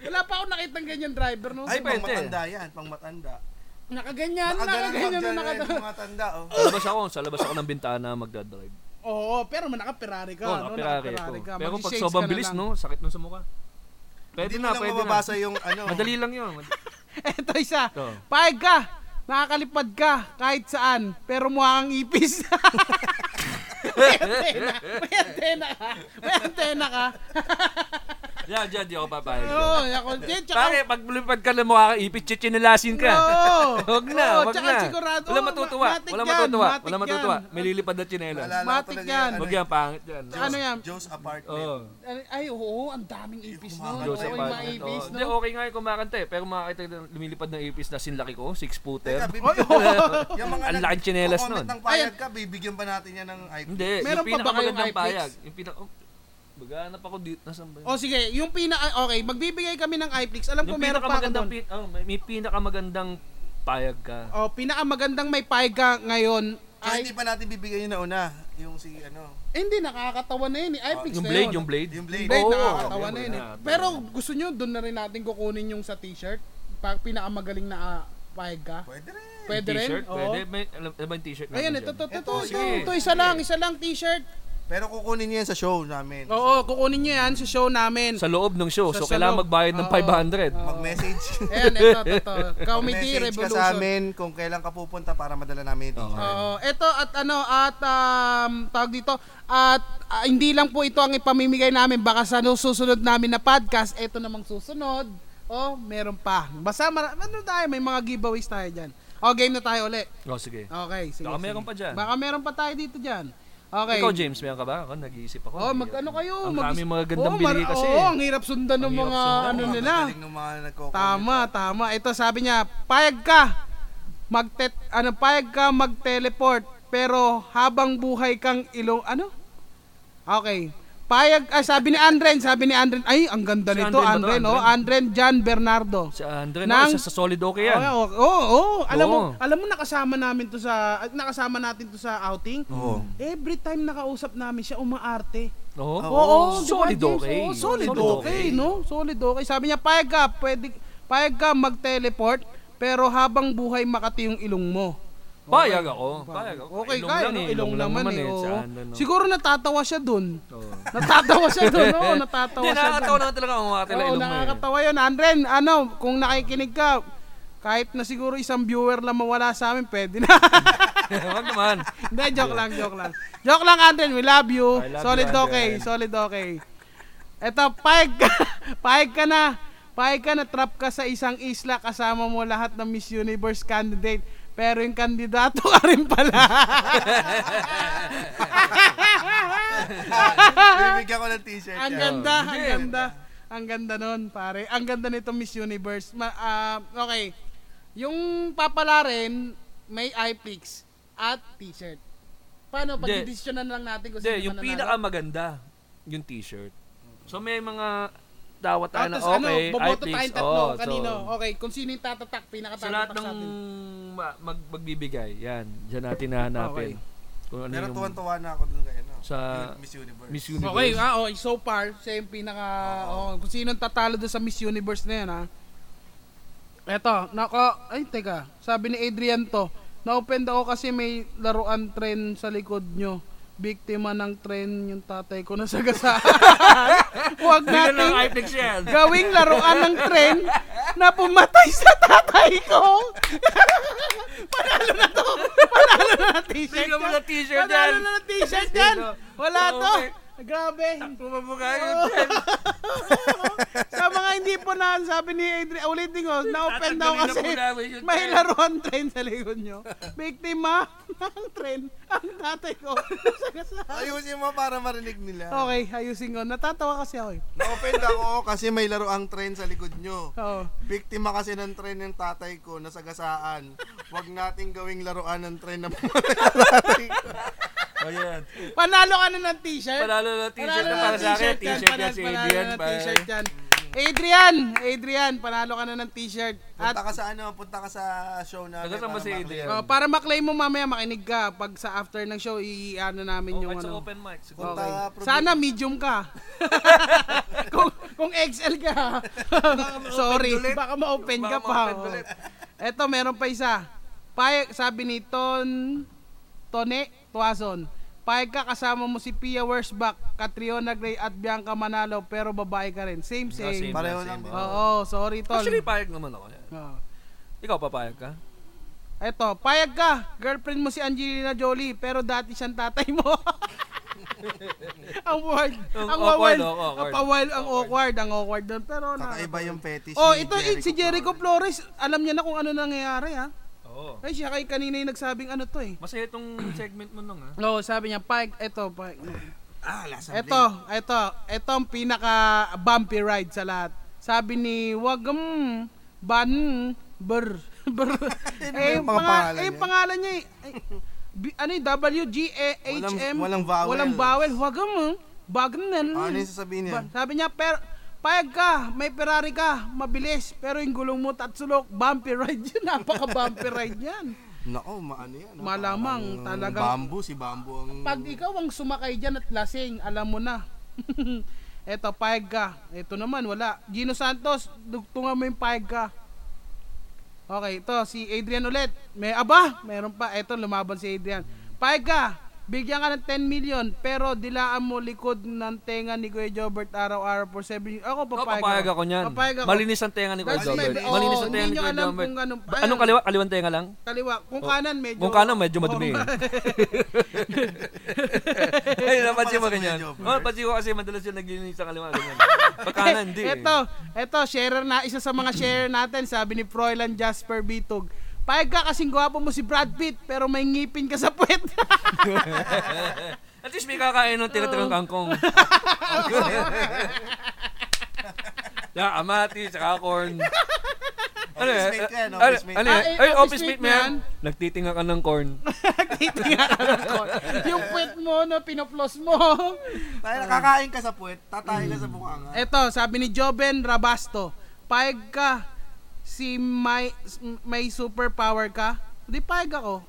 Wala pa ako nakita ng ganyan driver, no? Ay, pang Depende. matanda yan. Pang matanda. Nakaganyan, Nakaganon nakaganyan, lang dyan. eh, nakaganyan. Pang matanda, oh. Sa labas ako, sa labas ako ng bintana magdadrive. Oo, pero man, naka-Ferrari ka. Oo, no? nakapirari ako. Naka-Ferrari ka. Pero pag Mag-shades sobrang ka na bilis, lang. no? Sakit nun sa mukha. Pwede Hindi mo na, lang pwede na. mababasa yung ano. Madali lang yun. Eto isa. Ito. Paeg ka. Nakakalipad ka kahit saan, pero mukha kang ipis. may antena, may antena ka. May antena ka. Yan, dyan, di ako papayag. Oo, oh, ako din. Tsaka, Pare, pag lumipad ka na mukha kang ipit, chichinilasin ka. Oo. Huwag Oo, na, huwag Oh, tsaka na. sigurado, Wala oo, matutuwa, matik wala yan, matutuwa, matik wala matutuwa. yan. May lilipad na chinelas. Alaalala ko Matik talaga yan. yung eh, Huwag yan, pangit yan. ano yan? Joe's apartment. Oo. Ay, oo, ang daming ipis nun. Oo, Diyos yung ay mga pangit. ipis Oo. Hindi, nun. okay nga yung kumakanta eh. Pero makakita ko na lumilipad ng ipis na sinlaki ko, six-footer. Teka, bibig- Yung mga Ang nag- laking tsinelas kukomment nun. ng payag ka, bibigyan pa natin yan ng IP. Hindi, Meron yung pa ba pinakamagandang kayong iPix? payag. Yung pinaka... Oh, Maghanap ako dito. Nasaan ba yun? O sige, yung pina... ay, Okay, magbibigay kami ng iFlix. Alam ko yung Oh, meron pa ako pinakamagandang... doon. Pin, oh, may, may pinakamagandang payag ka. O, pinakamagandang may paeg ka ngayon Ay, ay... hindi pa natin bibigyan yung nauna. Yung si ano, Eh, hindi, nakakatawa na yun. eh. iFlix Ah, Yung na blade, yun. yung blade. yung blade. Blade, Oo, nakakatawa okay, na yun. eh. wala. Pero gusto nyo, doon na rin natin kukunin yung sa t-shirt. Pa, pinakamagaling na ah, pahig ka. Pwede rin. Pwede rin? T-shirt, Oo. pwede. May, alam, alam ba yung t-shirt natin Ayan, dyan? ito, ito, ito, Ito, ito, ito, sige. isa lang, isa lang t-shirt. Pero kukunin niya yan sa show namin. Oo, kukunin nyo yan sa show namin. Sa loob ng show. Sa- So, sa kailangan loob. magbayad ng Oo. 500. Mag-message. Ayan, ito, ito, ito. Comedy Message ka Revolution. sa amin kung kailan ka pupunta para madala namin yung t-shirt. Oo, ito at ano, at um, tawag dito, at ah, hindi lang po ito ang ipamimigay namin, baka sa no- susunod namin na podcast, ito namang susunod. Oh, meron pa. Basta, mara- ano tayo, may mga giveaways tayo dyan. O, game na tayo ulit. Oh, sige. Okay, sige. Baka sige. meron pa dyan. Baka meron pa tayo dito dyan. Okay. Ikaw, James, meron ka ba? Ako, nag-iisip ako. Oh, mag ano kayo? Ang mag- daming mga gandang Oo, binili mar- kasi. Oo, ang hirap sundan ng Ang hirap mga sundan. ano Mga nila. magaling ng mga nagko-comment. Tama, tama. Ito sabi niya, payag ka magte ano payag ka mag-teleport pero habang buhay kang ilong ano? Okay. Payag ah, sabi ni Andren, sabi ni Andren, ay ang ganda Si nito Andren, Andren ba to, oh, Andren Jan Bernardo. Si Andre, Nang- no, oh, isa sa solid okay yan. Oo, oo, oo. alam mo, Oo. alam mo nakasama namin to sa nakasama natin to sa outing. Oo. Every time nakausap namin siya, umaarte. Oo. Oo, oh, solid okay. solid, okay, no? Solid okay. Sabi niya, payag ka, pwede, payag ka mag-teleport, pero habang buhay makati yung ilong mo. Payag ako. Payag ako. Okay, Ilong kaya, lang no? eh, ilong, naman, eh. oo. Saan na, no? Siguro natatawa siya dun. Natatawa siya dun, oo. Natatawa Hindi, siya nakakatawa dun. naman talaga ang mga tila Oo, ilong mo eh. nakakatawa yun. Andren, ano, kung nakikinig ka, kahit na siguro isang viewer lang mawala sa amin, pwede na. Huwag naman. Hindi, joke lang, joke lang. Joke lang, Andren. We love you. I love solid you, okay. Andren. Solid okay. Eto, payag ka. Paig ka na. Paig ka na trap ka sa isang isla kasama mo lahat ng Miss Universe candidate. Pero yung kandidato ka rin pala. Bibigyan ko ng t-shirt. ang yan. ganda, oh. ang ganda. Ang ganda nun, pare. Ang ganda nito Miss Universe. Ma- ah, okay. Yung papala rin, may iPix at t-shirt. Paano? Hindi. Pag-desisyonan lang natin kung sino Hindi, yung mananalo. pinakamaganda, yung t-shirt. So may mga dawa tayo na Tapos ano, okay, boboto I tayong fix. tatlo Oh, kanino. so, okay, kung sino yung tatatak, sa lahat pinakatatatak ng sa atin. ma- mag, magbibigay, yan, dyan natin nahanapin. Kung ano Pero yung tuwan-tuwa na ako dun kay ano. Sa- Miss Universe. Miss Universe. Okay, ah, oh, so far, siya yung pinaka... Oh, kung sino yung tatalo doon sa Miss Universe na yun, ha? Eto, nako... Ay, teka. Sabi ni Adrian to, na-open daw ako kasi may laruan tren sa likod nyo. Biktima ng tren yung tatay ko na sagasaan. Huwag Bigyan natin lang iPlex yan. gawing laruan ng tren na pumatay sa tatay ko. Panalo na to. Panalo na ng t-shirt Bigyan mo yan. na t-shirt yan. Oh Panalo na ng t-shirt yan. Wala to. Okay. Grabe. Pumamukha yun. Oo. sa mga hindi po na sabi ni Adrian, ulitin ko, na-open daw Tatanggalin na kasi po namin yung may tren. laruan tren sa likod nyo. Biktima ng tren ang tatay ko. Ayusin mo para marinig nila. okay, ayusin ko. Natatawa kasi ako eh. Na-offend ako kasi may laro ang train sa likod nyo. Oo. Biktima kasi ng train ng tatay ko na sagasaan. Huwag nating gawing laruan ng train na pumatay sa tatay ko. Ayan. Panalo ka na ng t-shirt. Panalo na t-shirt na ng para sa akin. yan, T-shirt na panalo- si panalo Adrian. ng pare. t-shirt yan. Adrian, Adrian, panalo ka na ng t-shirt. At Punta ka sa ano, punta ka sa show namin. Nagasama para si makli- Adrian. oh, para maklaim mo mamaya, makinig ka pag sa after ng show, i-ano namin yung Oh, kahit sa ano. open mic. Siguro. Punta, produ- Sana medium ka. kung, kung XL ka. Sorry, ulit. baka ma-open ka Baka pa. ma-open oh. ulit. Eto, meron pa isa. Payag, sabi ni Ton, Tone Tuason, payag ka kasama mo si Pia Wersbach, Catriona Gray at Bianca Manalo pero babae ka rin. Same, Ah, same. Ah, same. Pareho Same, lang din. Oo, sorry Ton. Actually, payag naman ako. yan. Oo. Ikaw, papayag ka? Eto, payag ka. Girlfriend mo si Angelina Jolie, pero dati siyang tatay mo. ang wild. Ang Ang awkward, wild. oh, awkward. Ang wild, ang awkward, ang awkward doon. Pero na. Kakaiba yung fetish Oh, ni ito eh, si Jericho Flores, alam niya na kung ano nangyayari ha. Oo. Ay, siya kay kanina yung nagsabing ano to eh. Masaya itong segment mo nung ah. Oo, sabi niya, payag, eto, payag. Ah, lasa. Eto, eto, eto ang pinaka bumpy ride sa lahat. Sabi ni Wagam Ban Ber Ber. eh, yung, Yung mga panga- pangalan eh, yung niya. pangalan niya. eh. Ay, B- ano yung W G A H M. Walang- walang vowel. Walang vowel. Wagam Bagnel. Ano yung sasabihin niya? Ba- Sabi niya, per payag ka, may Ferrari ka, mabilis, pero yung gulong mo tatsulok, bumpy ride yun, napaka-bumpy ride yan. Nako, maano yan. ah, Malamang, parang talagang- Bamboo, si bamboo ang... Pag ikaw ang sumakay dyan at lasing, alam mo na. Eto, payag ka. Eto naman, wala. Gino Santos, dugtungan mo yung payag ka. Okay, ito, si Adrian ulit. May aba, meron pa. Eto, lumaban si Adrian. Payag ka, bigyan ka ng 10 million, pero dilaan mo likod ng tenga ni Kuya Jobert araw-araw for 7 Ako, No, papayag, papayag ako niyan. Papayag ako. Malinis ang tenga ni Kuya That's Jobert. my- oo, Malinis ang tenga hindi ni nyo Kuya alam Jobert. kung anong- Ba- Anong kaliwa? Kaliwan tenga lang? Kaliwa, kung kanan, medyo... Oh, Oh, Kung kanan, medyo madumi. Ay, napansin Para mo sa ganyan. medyo, Oh, napansin ko kasi madalas yung naglinis sa kaliwa. Ganyan. Ah, Pagkanan, hindi. eh. Eto, eto, sharer na, isa sa mga sharer natin, sabi ni Froilan Jasper Bitog. Payag ka kasing gwapo mo si Brad Pitt, pero may ngipin ka sa puwet. At least may kakain ng tira-tirang kangkong. Saka amati, saka corn. Ano Office eh? mate yan, oh, Ano- office mate. ano eh? Ah, eh, Ay, office office mate mate mo yan. yan. Nagtitinga ka ng corn. Titinga ka ng kon. Yung puwet mo na pinoplos mo. Tayo, kakain ka sa puwet, tatayin Mm. ka sa bukanga. Eto, sabi ni Joven Rabasto, payag ka si may, may superpower ka, Di payag ako.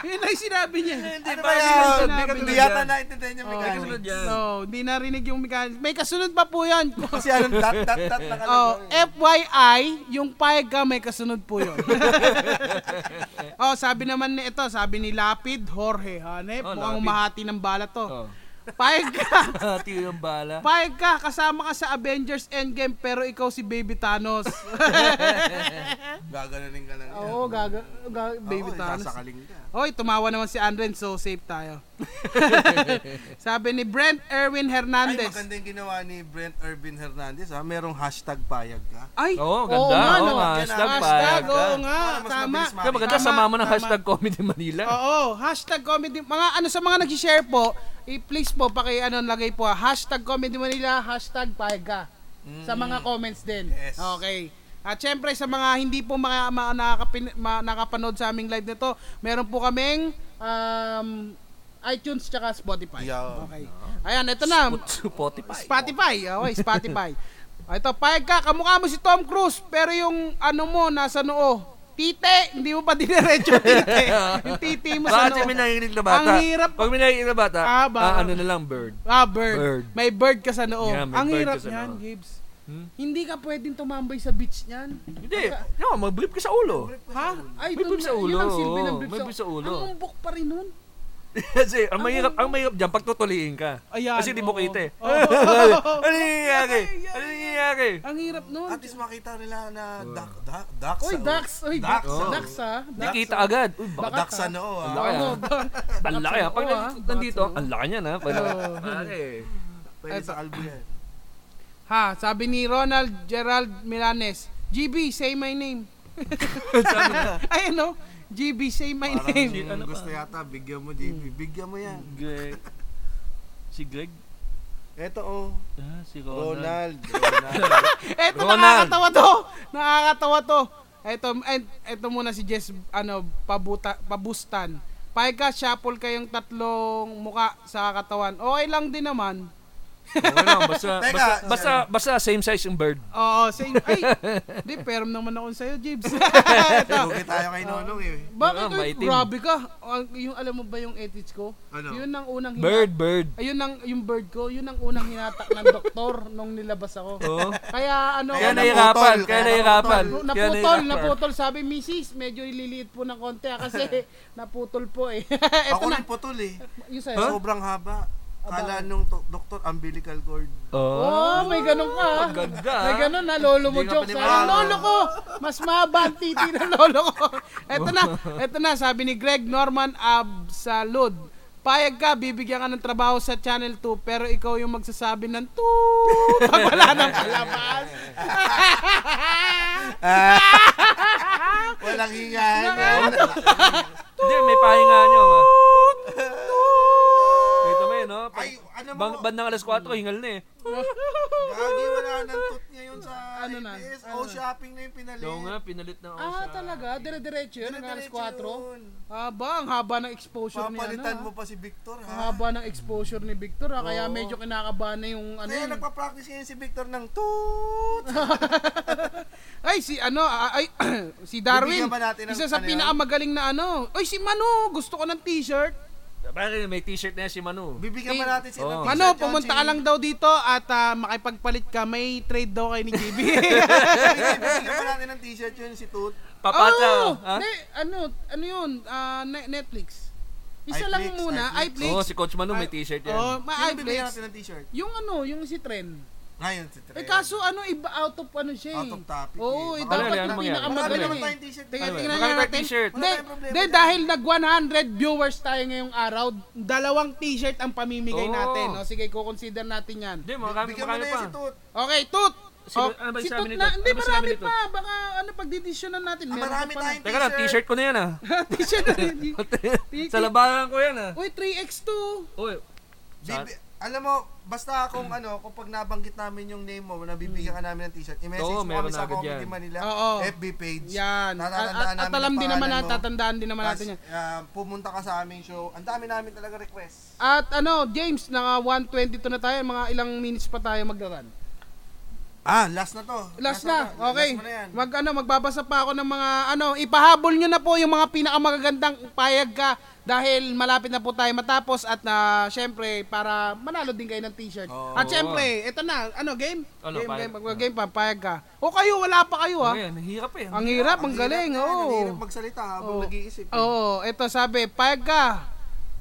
Yun lang yung sinabi niya. Ano ba Parang yan? sinabi Hindi niya. Hindi yata naiintindihan yung Oh, mechanics. kasunod yan. No, di narinig yung mechanics. May kasunod pa po yan. Kasi anong dot, dot, dot na eh. Oh, FYI, yung payag ka may kasunod po yun. oh, sabi naman ni ito, sabi ni Lapid Jorge, hanep, Oh, mukhang Lapid. umahati ng bala to. Oh. Payag ka. Hati ang bala. Payag ka. Kasama ka sa Avengers Endgame pero ikaw si Baby Thanos. Gaganunin ka lang yan. Oo, gaga, gaga- Baby Oo, eh. Oh, Thanos. sasakaling ka. Hoy, tumawa naman si Andren so safe tayo. Sabi ni Brent Erwin Ay, Hernandez. maganda yung ginawa ni Brent Irvin Hernandez ha. Merong hashtag payag ka. Ay, Oo, ganda. Oo, no? hashtag hashtag, payag ka. oo nga, Para mas tama. mabilis Kaya maganda Tama, sama mo tama. ng Oh, hashtag Comedy Manila. Oo, hashtag comedy. Mga ano sa mga nag-share po, i-please po paki ano lagay po ah, hashtag comedy Manila, hashtag payag ka. Sa mga comments din. Mm. Yes. Okay. At syempre sa mga hindi po mga, mga nakakapin- ma- nakapanood sa aming live nito, meron po kaming um, iTunes tsaka Spotify. Yeah. Okay. Ayan, ito na. Spotify. Spotify. Okay, Spotify. Ah, Ito, payag ka, kamukha mo si Tom Cruise, pero yung ano mo, nasa noo. Tite, hindi mo pa diniretso tite. yung titi mo sa Bakit noo. yung may nakikinig na bata? Ang hirap. Pag may nakikinig na bata, Ah, ba- ah, ano na lang, bird. Ah, bird. Bird. May bird ka sa noo. Yeah, may Ang bird hirap ka sa niyan, noo. Gibbs. Hmm? Hindi ka pwedeng tumambay sa beach niyan. Hindi, no, mag-blip ka sa ulo. Ha? Ay, May dun beef sa na- yun ulo, ang silbi ng oo. beef May beef sa ulo. Ang umbok pa rin nun. Kasi ang mahirap, ang mahirap dyan, pag tutuliin ka. Ano? Ayan, Kasi di mo oo. Oh. kita eh. Oo. Ano nangyayari? Ano nangyayari? Ang hirap nun. At least makita nila Oh. na duck, duck, duck Uy, ducks. Uy, ducks. Ducks, oh. Ducks, ha? Hindi Ducks, kita ha? agad. Uy, baka Baka- Duck sa noo ah. ang laki ah. Oo, Ano ba- Ang laki ah. Pag Oo, ah. nandito, Bakit ang laki niyan ah. Pag Oo. pare. Pwede sa kalbo yan. Ha, sabi ni Ronald Gerald Milanes, GB, say my name. Ay, ano? GB, say my name. Parang ano gusto yata, bigyan mo JB. Mm. Bigyan mo yan. Greg. Si Greg? Eto oh, Ah, si Ronald. Ronald. Eto, Ronald. nakakatawa to. Nakakatawa to. Eto, et- eto muna si Jess, ano, pabuta, pabustan. Pahig ka, shuffle kayong tatlong muka sa katawan. Okay lang din naman. Oo lang, ano, basta, Teka, basta, basta, basta same size yung bird. Oo, same. Ay, di, perm naman ako sa'yo, Jibs. Tugi tayo kay Nonong eh. Bakit, Oo, oy, Ah, maitim. grabe ka. Ang- Yung, alam mo ba yung edits ko? Ano? Yun ang unang hina- Bird, bird. Ayun ang yung bird ko, yun ang unang hinatak ng doktor nung nilabas ako. Oo. Kaya ano, Oh. Oh. Kaya Kaya ano, nahirapan, naputol, kaya kaya nahirapan. naputol, Kaya naputol, nahirapan. naputol, sabi misis, medyo ililiit po ng konti ah, kasi naputol po eh. Ito Ako na, rin putol eh. yun sa'yo. Sobrang haba. Kala nung to- doktor, umbilical cord. Oo. Oh, may ganun ka. ah. Ang ganda, ah. May ganun na lolo mo Hindi ka joke. pa Sa niwala. lolo ko, mas mahaba ang titi ng lolo ko. Eto na, eto na, sabi ni Greg Norman Absalud. Payag ka, bibigyan ka ng trabaho sa Channel 2, pero ikaw yung magsasabi ng toot pag wala ng palabas. Walang eh. hinga. Hindi, may pahinga nyo. Ma. Dito may, no? Pag, Ay, ano mo? bang, bandang alas 4, hingal na eh. Gagi, wala nang tut ngayon sa Ano na? ABS. Oh, shopping na yung pinalit. Oo nga, pinalit na oh. ako ah, sa... talaga? Dire-diretso yun? Ang alas Diretso 4? yun. Aba, ang haba ng exposure niya. Papalitan mo pa si Victor Ang ha. haba ng exposure ni Victor, ah, kaya medyo kinakabahan na yung ano Kaya yun. nagpa-practice ngayon si Victor ng toot. Ay, si ano, ah, ay, si Bibigyan Darwin. ba natin ng Isa ano sa yan? pinakamagaling na ano. Ay, si Manu, gusto ko ng t-shirt. Pare, may t-shirt na yan si Manu. Bibigyan pa Eh, natin si oh. ng t-shirt Manu, yan, pumunta si- ka lang daw dito at ah, makipagpalit ka. May trade daw kay ni JB. Bibigyan pa natin ng t-shirt yun si Toot. Papata. Oh, ha? ne- ano, ano yun? Ah, ne- Netflix. Isa iFlix, lang muna, iFlix. Oo, si Coach Manu may t-shirt yan. Oh, ma Sino bibigyan iFlix. natin ng t-shirt? Yung ano, yung si Tren. Ngayon si Trey. Eh kaso ano, iba out of ano siya eh. Out of topic Oo, eh. eh, Baka dapat yan, yung Marami mangyari. pinakamagaling naman eh. tayong t-shirt. Tingnan, Wala, tingnan wala nga tayong natin. t-shirt. Hindi, Wala tayong problema hindi, dyan. dahil nag 100 viewers tayo ngayong araw, dalawang t-shirt ang pamimigay Oo. natin. O, sige, kukonsider natin yan. Hindi, makakami Bigyan mo makakami na yan pa. si Toot. Okay, Tut! Si- O, ano ba yung si sa Tut amin ni na, Tut? hindi Ano ba sa marami amin ni pa. Baka ano, pagdidisyonan natin. Ah, meron Marami pa na. tayong Teka lang, t-shirt ko na yan ah. t-shirt na rin. Sa labanan ko yan ah. Uy, 3x2. Oh. Uy, Sa- Bibi- alam mo, basta kung ano, kung pag nabanggit namin yung name mo, nabibigyan ka namin ng t-shirt, i-message Oo, mo meron kami sa agad Comedy yan. Manila Oo. FB page. Yan. Tatatandaan At, at namin alam ang din naman pangalan natin, mo. tatandaan din naman Tapos, natin yan. ah, pumunta ka sa aming show. Ang dami namin talaga request. At ano, James, naka 122 na tayo, mga ilang minutes pa tayo maglaran. Ah, last na to. Last na na, to. okay. Last mo na yan. Mag ano, magbabasa pa ako ng mga ano, ipahabol nyo na po yung mga pinakamagagandang payag ka dahil malapit na po tayo matapos at na syempre para manalo din kayo ng t-shirt. Oo. at syempre, ito na, ano game? Ano, game, payag- game, mag- game pa, payag ka. O kayo wala pa kayo ha. ano yan, hirap eh. Ang hirap, ang hirap galing, na yan, oo. Ang hirap magsalita habang Oo. nag-iisip. Oo, ito sabi, payag ka.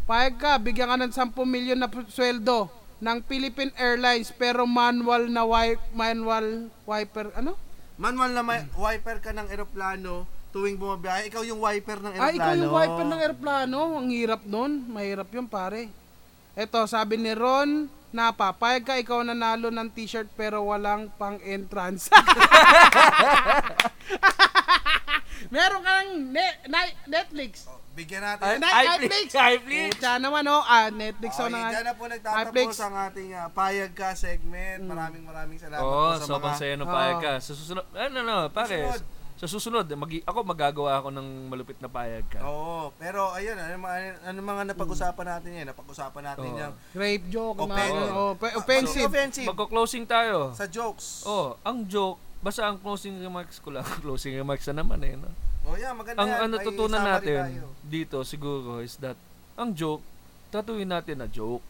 Payag ka, bigyan ka ng 10 million na sweldo ng Philippine Airlines pero manual na wipe, manual wiper, ano? Manual na may, wiper ka ng eroplano tuwing bumabiyahe. Ikaw yung wiper ng eroplano. Ah, ikaw yung wiper ng aeroplano. Ang hirap nun. Mahirap yun, pare. Eto, sabi ni Ron, Napa, payag ka ikaw nanalo ng t-shirt pero walang pang entrance. Meron ka ng ne- ni- Netflix. Bigyan natin. Ay, Netflix. Netflix. Puta naman, oh. Ah, Netflix Oh, oh, na. yan na po nagtatapos ang ating ah, payag ka Hmm. segment. Maraming maraming salamat Oo, po sa sobrang mga... saya ng payag ka. Sa susunod, ano, no, pare. Susunod. Sa susunod, mag, ako magagawa ako ng malupit na payag ka. Oo, pero ayun, ano, yung mga, ano yung mga napag-usapan natin yan? Napag-usapan natin Oo. yung... Rape joke. mga Offensive. ganun. Oh, pe- Ah, offensive. offensive. Magko-closing tayo. Sa jokes. Oh, ang joke, basta ang closing remarks ko lang. closing remarks na naman eh, no? Oh, yeah, maganda Ang yan. ano May tutunan summary natin tayo. dito siguro is that ang joke, tatuwin natin na joke.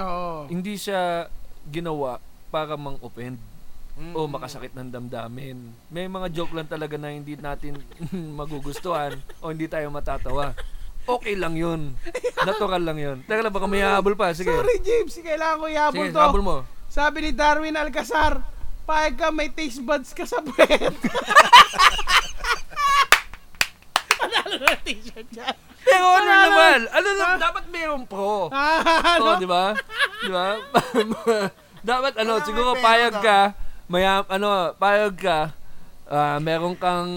Oo. Hindi siya ginawa para mang-offend Mm. o makasakit ng damdamin. May mga joke lang talaga na hindi natin magugustuhan o hindi tayo matatawa. Okay lang yun. Natural lang yun. Teka lang, baka may hahabol pa. Sige. Sorry, James. Kailangan ko ihabol Sige, to. habol mo. Sabi ni Darwin Alcazar, payag ka may taste buds ka sa puwet. Panalo na ng t-shirt niya. Pero ano Wala naman? Ano lang, dapat mayroon pro. Ah, Ano? Oo, Oh, di ba? Di ba? Dapat ano, Kailangan siguro may pera payag ka. ka, may ah, ano, payag ka, ah, meron kang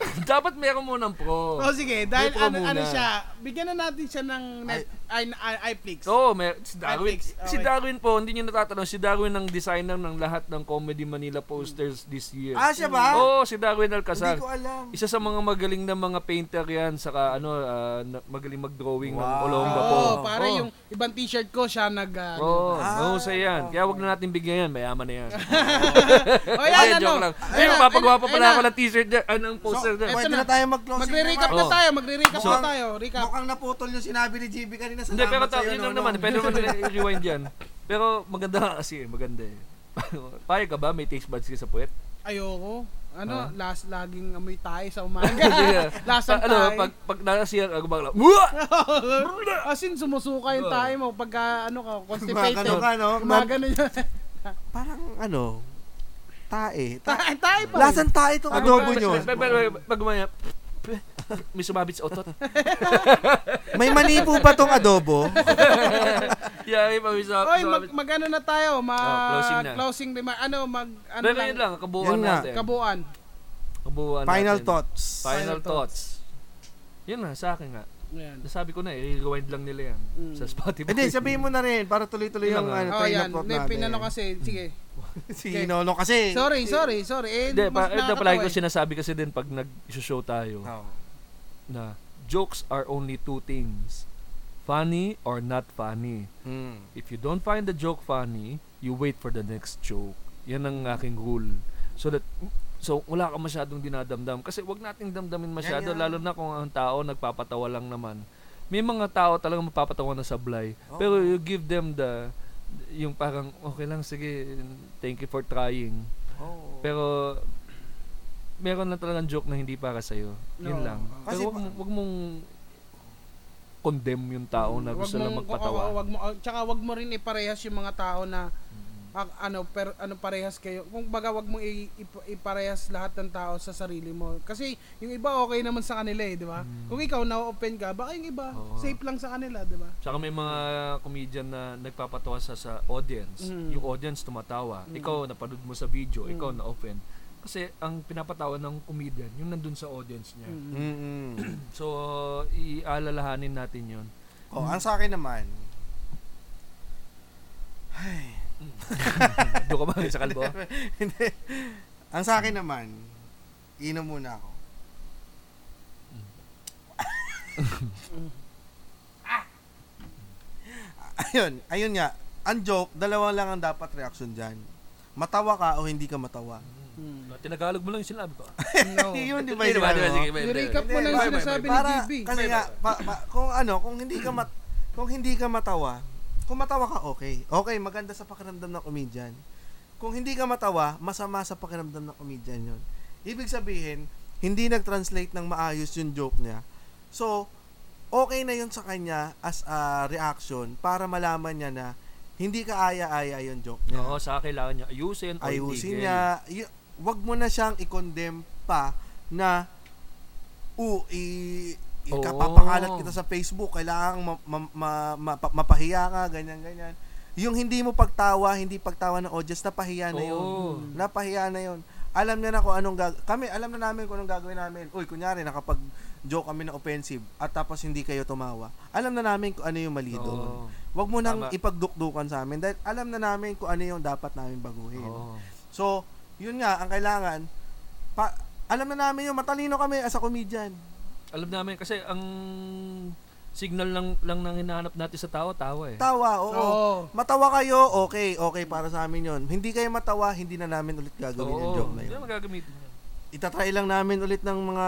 Dapat meron mo ng Oh, pro. O Oh, sige, dahil May pro ano, ano muna. siya, bigyan na natin siya ng net, ay, ay, iFlix. Oo, may, si Darwin. Netflix, oh, okay. Si Darwin po, hindi niyo natatanong, si Darwin ang designer ng lahat ng Comedy Manila posters this year. Ah, siya ba? Oo, si Darwin Alcazar. Hindi ko alam. Isa sa mga magaling na mga painter yan, saka ano, ah, na- magaling mag-drawing ng Olonga po. Oo, Oh, para Oo. yung ibang t-shirt ko, siya nag... ah, Oo, oh, mahusay yan. Kaya wag na natin bigyan yan, mayaman na yan. Oh, Hindi, yan, joke ano. lang. Ayun Ayun, na, papagawa pa ayun pala na. ako ng t-shirt niya, ah, ng So, poster niya. pwede na. na tayo mag-closing Magre-recap remarks. na Oo. tayo, magre-recap na Mukhang- tayo. Recap. Mukhang naputol yung sinabi ni GB kanina. Salamat Oh, Hindi, pero ta- sa'yo, yun lang Nonong. naman. Pwede naman nila i-rewind yan. Pero maganda nga kasi, eh, maganda eh. Payag ka ba? May taste buds ka sa puwet? Ayoko. Ano, Ah. last, laging amoy tayo sa umaga. Pa- Lasang ano, tayo. pag, pag nasiyang ako bakla, Wah! As in, sumusuka yung tayo mo pagka, ano ka, constipated. Gumagano ka, no? Gumagano yun. Parang ano, tae. Ta- tayo, tayo pa. rin. Lasang tae itong adobo Pag- nyo. pag- pag- Pag gumaya, may sumabit sa otot. May manipo pa tong adobo. Yeah, may may sa- Oy, mag, sumabit. mag ano na tayo, mag Oh, closing, closing na. na. remark, ano, mag, ano Pero lang, yun lang, kabuuan Yun nga. natin. kabuuan. Kabuuan Final natin. thoughts. Final Final thoughts. Yun na, sa akin nga. Ayan. Nasabi ko na eh, rewind lang nila yan Mm. sa Spotify. Hindi, sabihin mo na rin para tuloy-tuloy Yun yung lang. ano, Oh, train yan, of thought Hindi, pinano natin. kasi, sige. Si Okay. Nono kasi. Sorry, sorry, sorry. Eh, Hindi, pa, mas ito nakakatawa palagi ko eh. Ah. sinasabi kasi din pag nag-show tayo Oo. na jokes are only two things. Funny or not funny. Hmm. Mm. If you don't find the joke funny, you wait for the next joke. Yan ang aking rule. So that so wala ka masyadong dinadamdam kasi wag nating damdamin Yan, masyado yan. lalo na kung ang tao nagpapatawa lang naman. May mga tao talaga mapapatawa na sablay. Pero you give them the yung parang okay lang sige thank you for trying. Oo. Pero meron lang talagang joke na hindi para sa iyo. Yun No. lang. Kasi Pero wag, mo- wag mong condemn yung tao na Wag gusto lang mong- magpatawa. oo, wag mo, oh, tsaka wag mo rin iparehas yung mga tao na Mm-hmm. ak- ano per ano parehas kayo. Kung baga wag mo i- ip- iparehas lahat ng tao sa sarili mo. Kasi yung iba okay naman sa kanila eh, di ba? Kung ikaw na-open ka, baka yung iba Mm-hmm. Oo. safe lang sa kanila, di ba? Tsaka may mga comedian na nagpapatawa sa sa audience. Mm. Yung audience tumatawa. Ikaw, napanood mo sa video. Ikaw, na-open. Kasi ang pinapatawa ng comedian, yung nandun sa audience niya. Mm. Mm-mm. So, iaalalahanin natin yun. Oh, ang sa akin naman. Doon ka ba sa kalbo? Hindi. ang sa akin naman, inom muna ako. ayun, ayun nga. Ang joke, dalawa lang ang dapat reaction dyan. Matawa ka o hindi ka matawa. Mm. Tinagalog mo lang yung sinabi ko. No. Yun, di ba? yun, Hindi naman, ano? di ba? Sige, may- I-recap mo Hindi, lang bye, yung bye, sinasabi ni Para, GB. kasi nga, pa- pa- kung ano, kung hindi ka mat, kung hindi ka matawa, kung matawa ka, okay. Okay, maganda sa pakiramdam ng comedian. Kung hindi ka matawa, masama sa pakiramdam ng comedian yon. Ibig sabihin, hindi nag-translate ng maayos yung joke niya. So, okay na yun sa kanya as a reaction para malaman niya na hindi ka aya-aya yung joke niya. Oo, sa akin kailangan niya ayusin or ayusin tigil. niya. Y- wag mo na siyang i-condemn pa na u i ikapapakalat Oo. kita sa Facebook, kailangan ma- ma- ma- ma- mapahiya ka, ganyan ganyan. Yung hindi mo pagtawa, hindi pagtawa ng audience, napahiya na yun. Oo. Napahiya na yun. Alam niya na kung anong gag kami alam na namin kung anong gagawin namin. Uy, kunyari nakapag joke kami na offensive at tapos hindi kayo tumawa. Alam na namin kung ano yung mali doon. Oo. Wag mo nang Tama. ipagdukdukan sa amin dahil alam na namin kung ano yung dapat namin baguhin. Oo. So, yun nga, ang kailangan, pa, alam na namin yun, matalino kami as a comedian. Alam namin kasi ang signal lang lang nang hinahanap natin sa tao, tawa eh. Tawa, oo. Oo. Matawa kayo, okay, okay para sa amin yun. Hindi kayo matawa, hindi na namin ulit gagawin yung Oo. joke na Hindi yun. na magagamit mo yan. Itatry lang namin ulit ng mga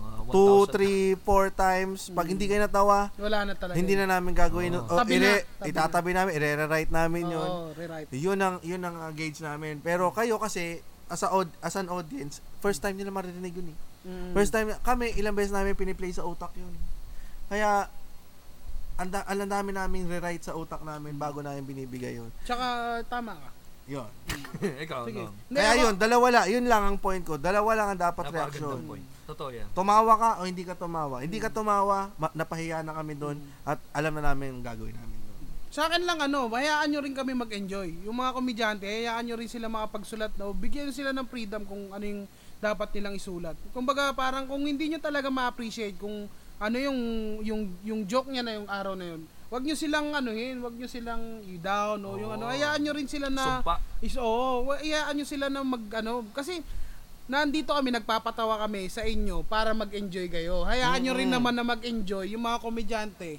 Mga 2, 1,000 3, 4 times. Pag hindi kayo natawa, Wala na talaga. hindi na namin gagawin. yun. O, Tabi ire- na, tabi na. itatabi namin, ire-write namin yun. yun. Oo, rewrite. Yun ang, yun ang uh, gauge namin. Pero kayo kasi, as, a, aud- as an audience, first time nila maririnig yun eh. Mm. First time, kami, ilang beses namin piniplay sa utak yun. Kaya, anda, alam namin namin rewrite sa utak namin bago namin binibigay yun. Tsaka tama ka. Yun. Ikaw, ano? Sige. no? Hindi, Kaya ako- yun, dalawa lang. Yun lang ang point ko. Dalawa lang ang dapat Napakagandang reaction. point. Totoo yan. Tumawa ka o hindi ka tumawa. Hmm. Hindi ka tumawa, ma- napahiya na kami doon at alam na namin ang gagawin namin doon. Sa akin lang ano, hayaan nyo rin kami mag-enjoy. Yung mga komedyante, hayaan nyo rin sila makapagsulat na bigyan nyo sila ng freedom kung ano yung dapat nilang isulat. Kumbaga parang kung hindi nyo talaga ma-appreciate kung ano yung yung yung joke niya na yung araw na yun. Wag nyo silang anuhin, wag nyo silang i-down o yung ano. Hayaan nyo rin sila na Sumpa. is oo, wa- hayaan nyo sila na mag ano kasi nandito kami nagpapatawa kami sa inyo para mag-enjoy kayo. Hayaan nyo rin naman na mag-enjoy yung mga komedyante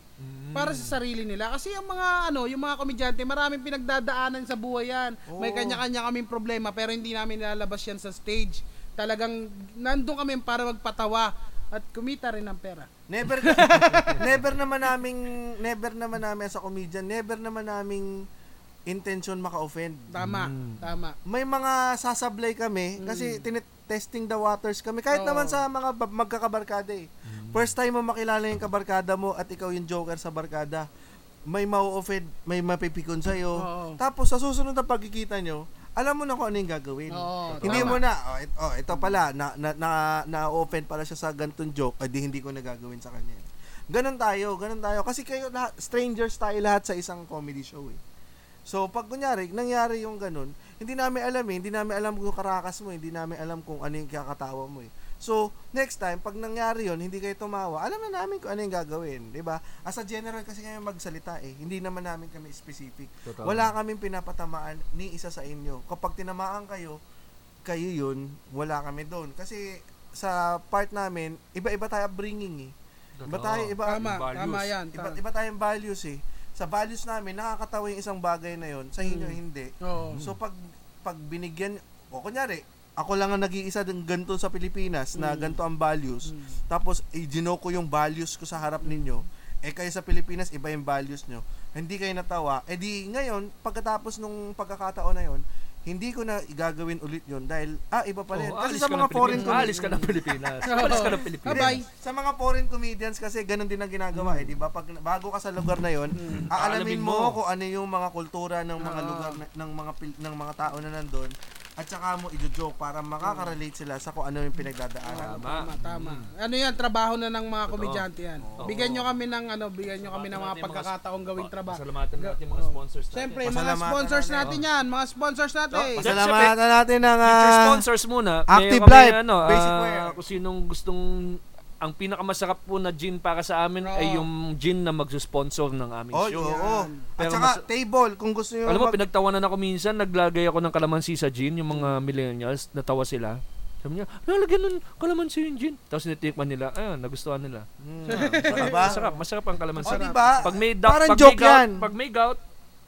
para sa sarili nila kasi yung mga ano yung mga komedyante maraming pinagdadaanan sa buhay yan may kanya-kanya kaming problema pero hindi namin nilalabas yan sa stage talagang nandun kami para magpatawa at kumita rin ng pera Never never naman naming never naman namin as a comedian, never naman naming intention maka-offend. tama tama may mga sasablay kami kasi Mm. tinitesting the waters kami kahit naman sa mga ba- magkakabarkada eh. First time mo makilala yung kabarkada mo at ikaw yung joker sa barkada. May mau-offend, may mapipikon sa'yo. Oo. Tapos sa susunod na pagkikita nyo, alam mo na kung ano yung gagawin. Oo, hindi tama. mo na, oh, it- oh, ito pala, na, na, na, na-offend pala siya sa gantong joke, eh, di hindi ko na gagawin sa kanya. Ganon tayo, ganon tayo. Kasi kayo, lahat, strangers tayo lahat sa isang comedy show eh. So, pag kunyari, nangyari yung ganun, hindi namin alam eh, hindi namin alam kung karakas mo, hindi namin alam kung ano yung kakatawa mo eh. So, next time, pag nangyari yon hindi kayo tumawa, alam na namin kung ano yung gagawin, di ba? As a general kasi kami magsalita eh, hindi naman namin kami specific. Totoo. Wala kaming pinapatamaan ni isa sa inyo. Kapag tinamaan kayo, kayo yun, wala kami doon. Kasi sa part namin, iba-iba tayo upbringing eh. Iba Totoo. tayo, iba, tama values. tama yan iba, tama. iba tayong values eh. Sa values namin, nakakatawa yung isang bagay na yon sa Mm. inyo hindi. oo So pag pag binigyan o kunyari, ako lang ang nag-iisa ng ganito sa Pilipinas na Mm. ganito ang values. Tapos i-gino ko yung values ko sa harap ninyo. Eh kayo sa Pilipinas iba yung values nyo. Hindi kayo natawa. Eh di ngayon pagkatapos nung pagkakataon na yon, hindi ko na gagawin ulit yon dahil ah iba pala yun. Oo, Kasi alis sa ka mga ng foreign Pilipinas. Alis ka ng Pilipinas. alis ka ng Pilipinas. Bye-bye. Hindi, Sa mga foreign comedians kasi ganun din ang ginagawa eh, 'di ba? Pag bago ka sa lugar na 'yon, aalamin Hmm. Aalamin mo, mo. Ah. kung ano yung mga kultura ng mga lugar na- ng mga pil- ng mga tao na nandoon at saka mo i-joke para makakarelate sila sa kung ano yung pinagdadaanan. Tama. Tama, tama. Ano yan, trabaho na ng mga komedyante yan. Bigyan nyo kami ng ano, bigyan nyo kami ng mga Pasalamatan pagkakataong gawing trabaho. Pasalamatan natin yung mga sponsors natin. Siyempre, mga Pasalamatan sponsors natin yan. Mga sponsors natin. Oh, Salamat natin ng ah, Future sponsors muna. Active Meron kami, Life, Ano, Basic ah, Wear. kung sinong gustong ang pinakamasarap po na gin para sa amin Oo. ay yung gin na magsusponsor ng aming Oh, show. oo. At Pero saka mas- table kung gusto niyo Alam mo, mag- pinagtawanan ako minsan, naglagay ako ng kalamansi sa gin, yung mga millennials, natawa sila. Sabi niya, nalagyan ng kalamansi yung gin. Tapos nititikman nila, ah, nagustuhan nila. Diba? Masarap, masarap ang kalamansi. Oh, diba? Pag may, da- Parang pag may joke gout, yan. pag may gout,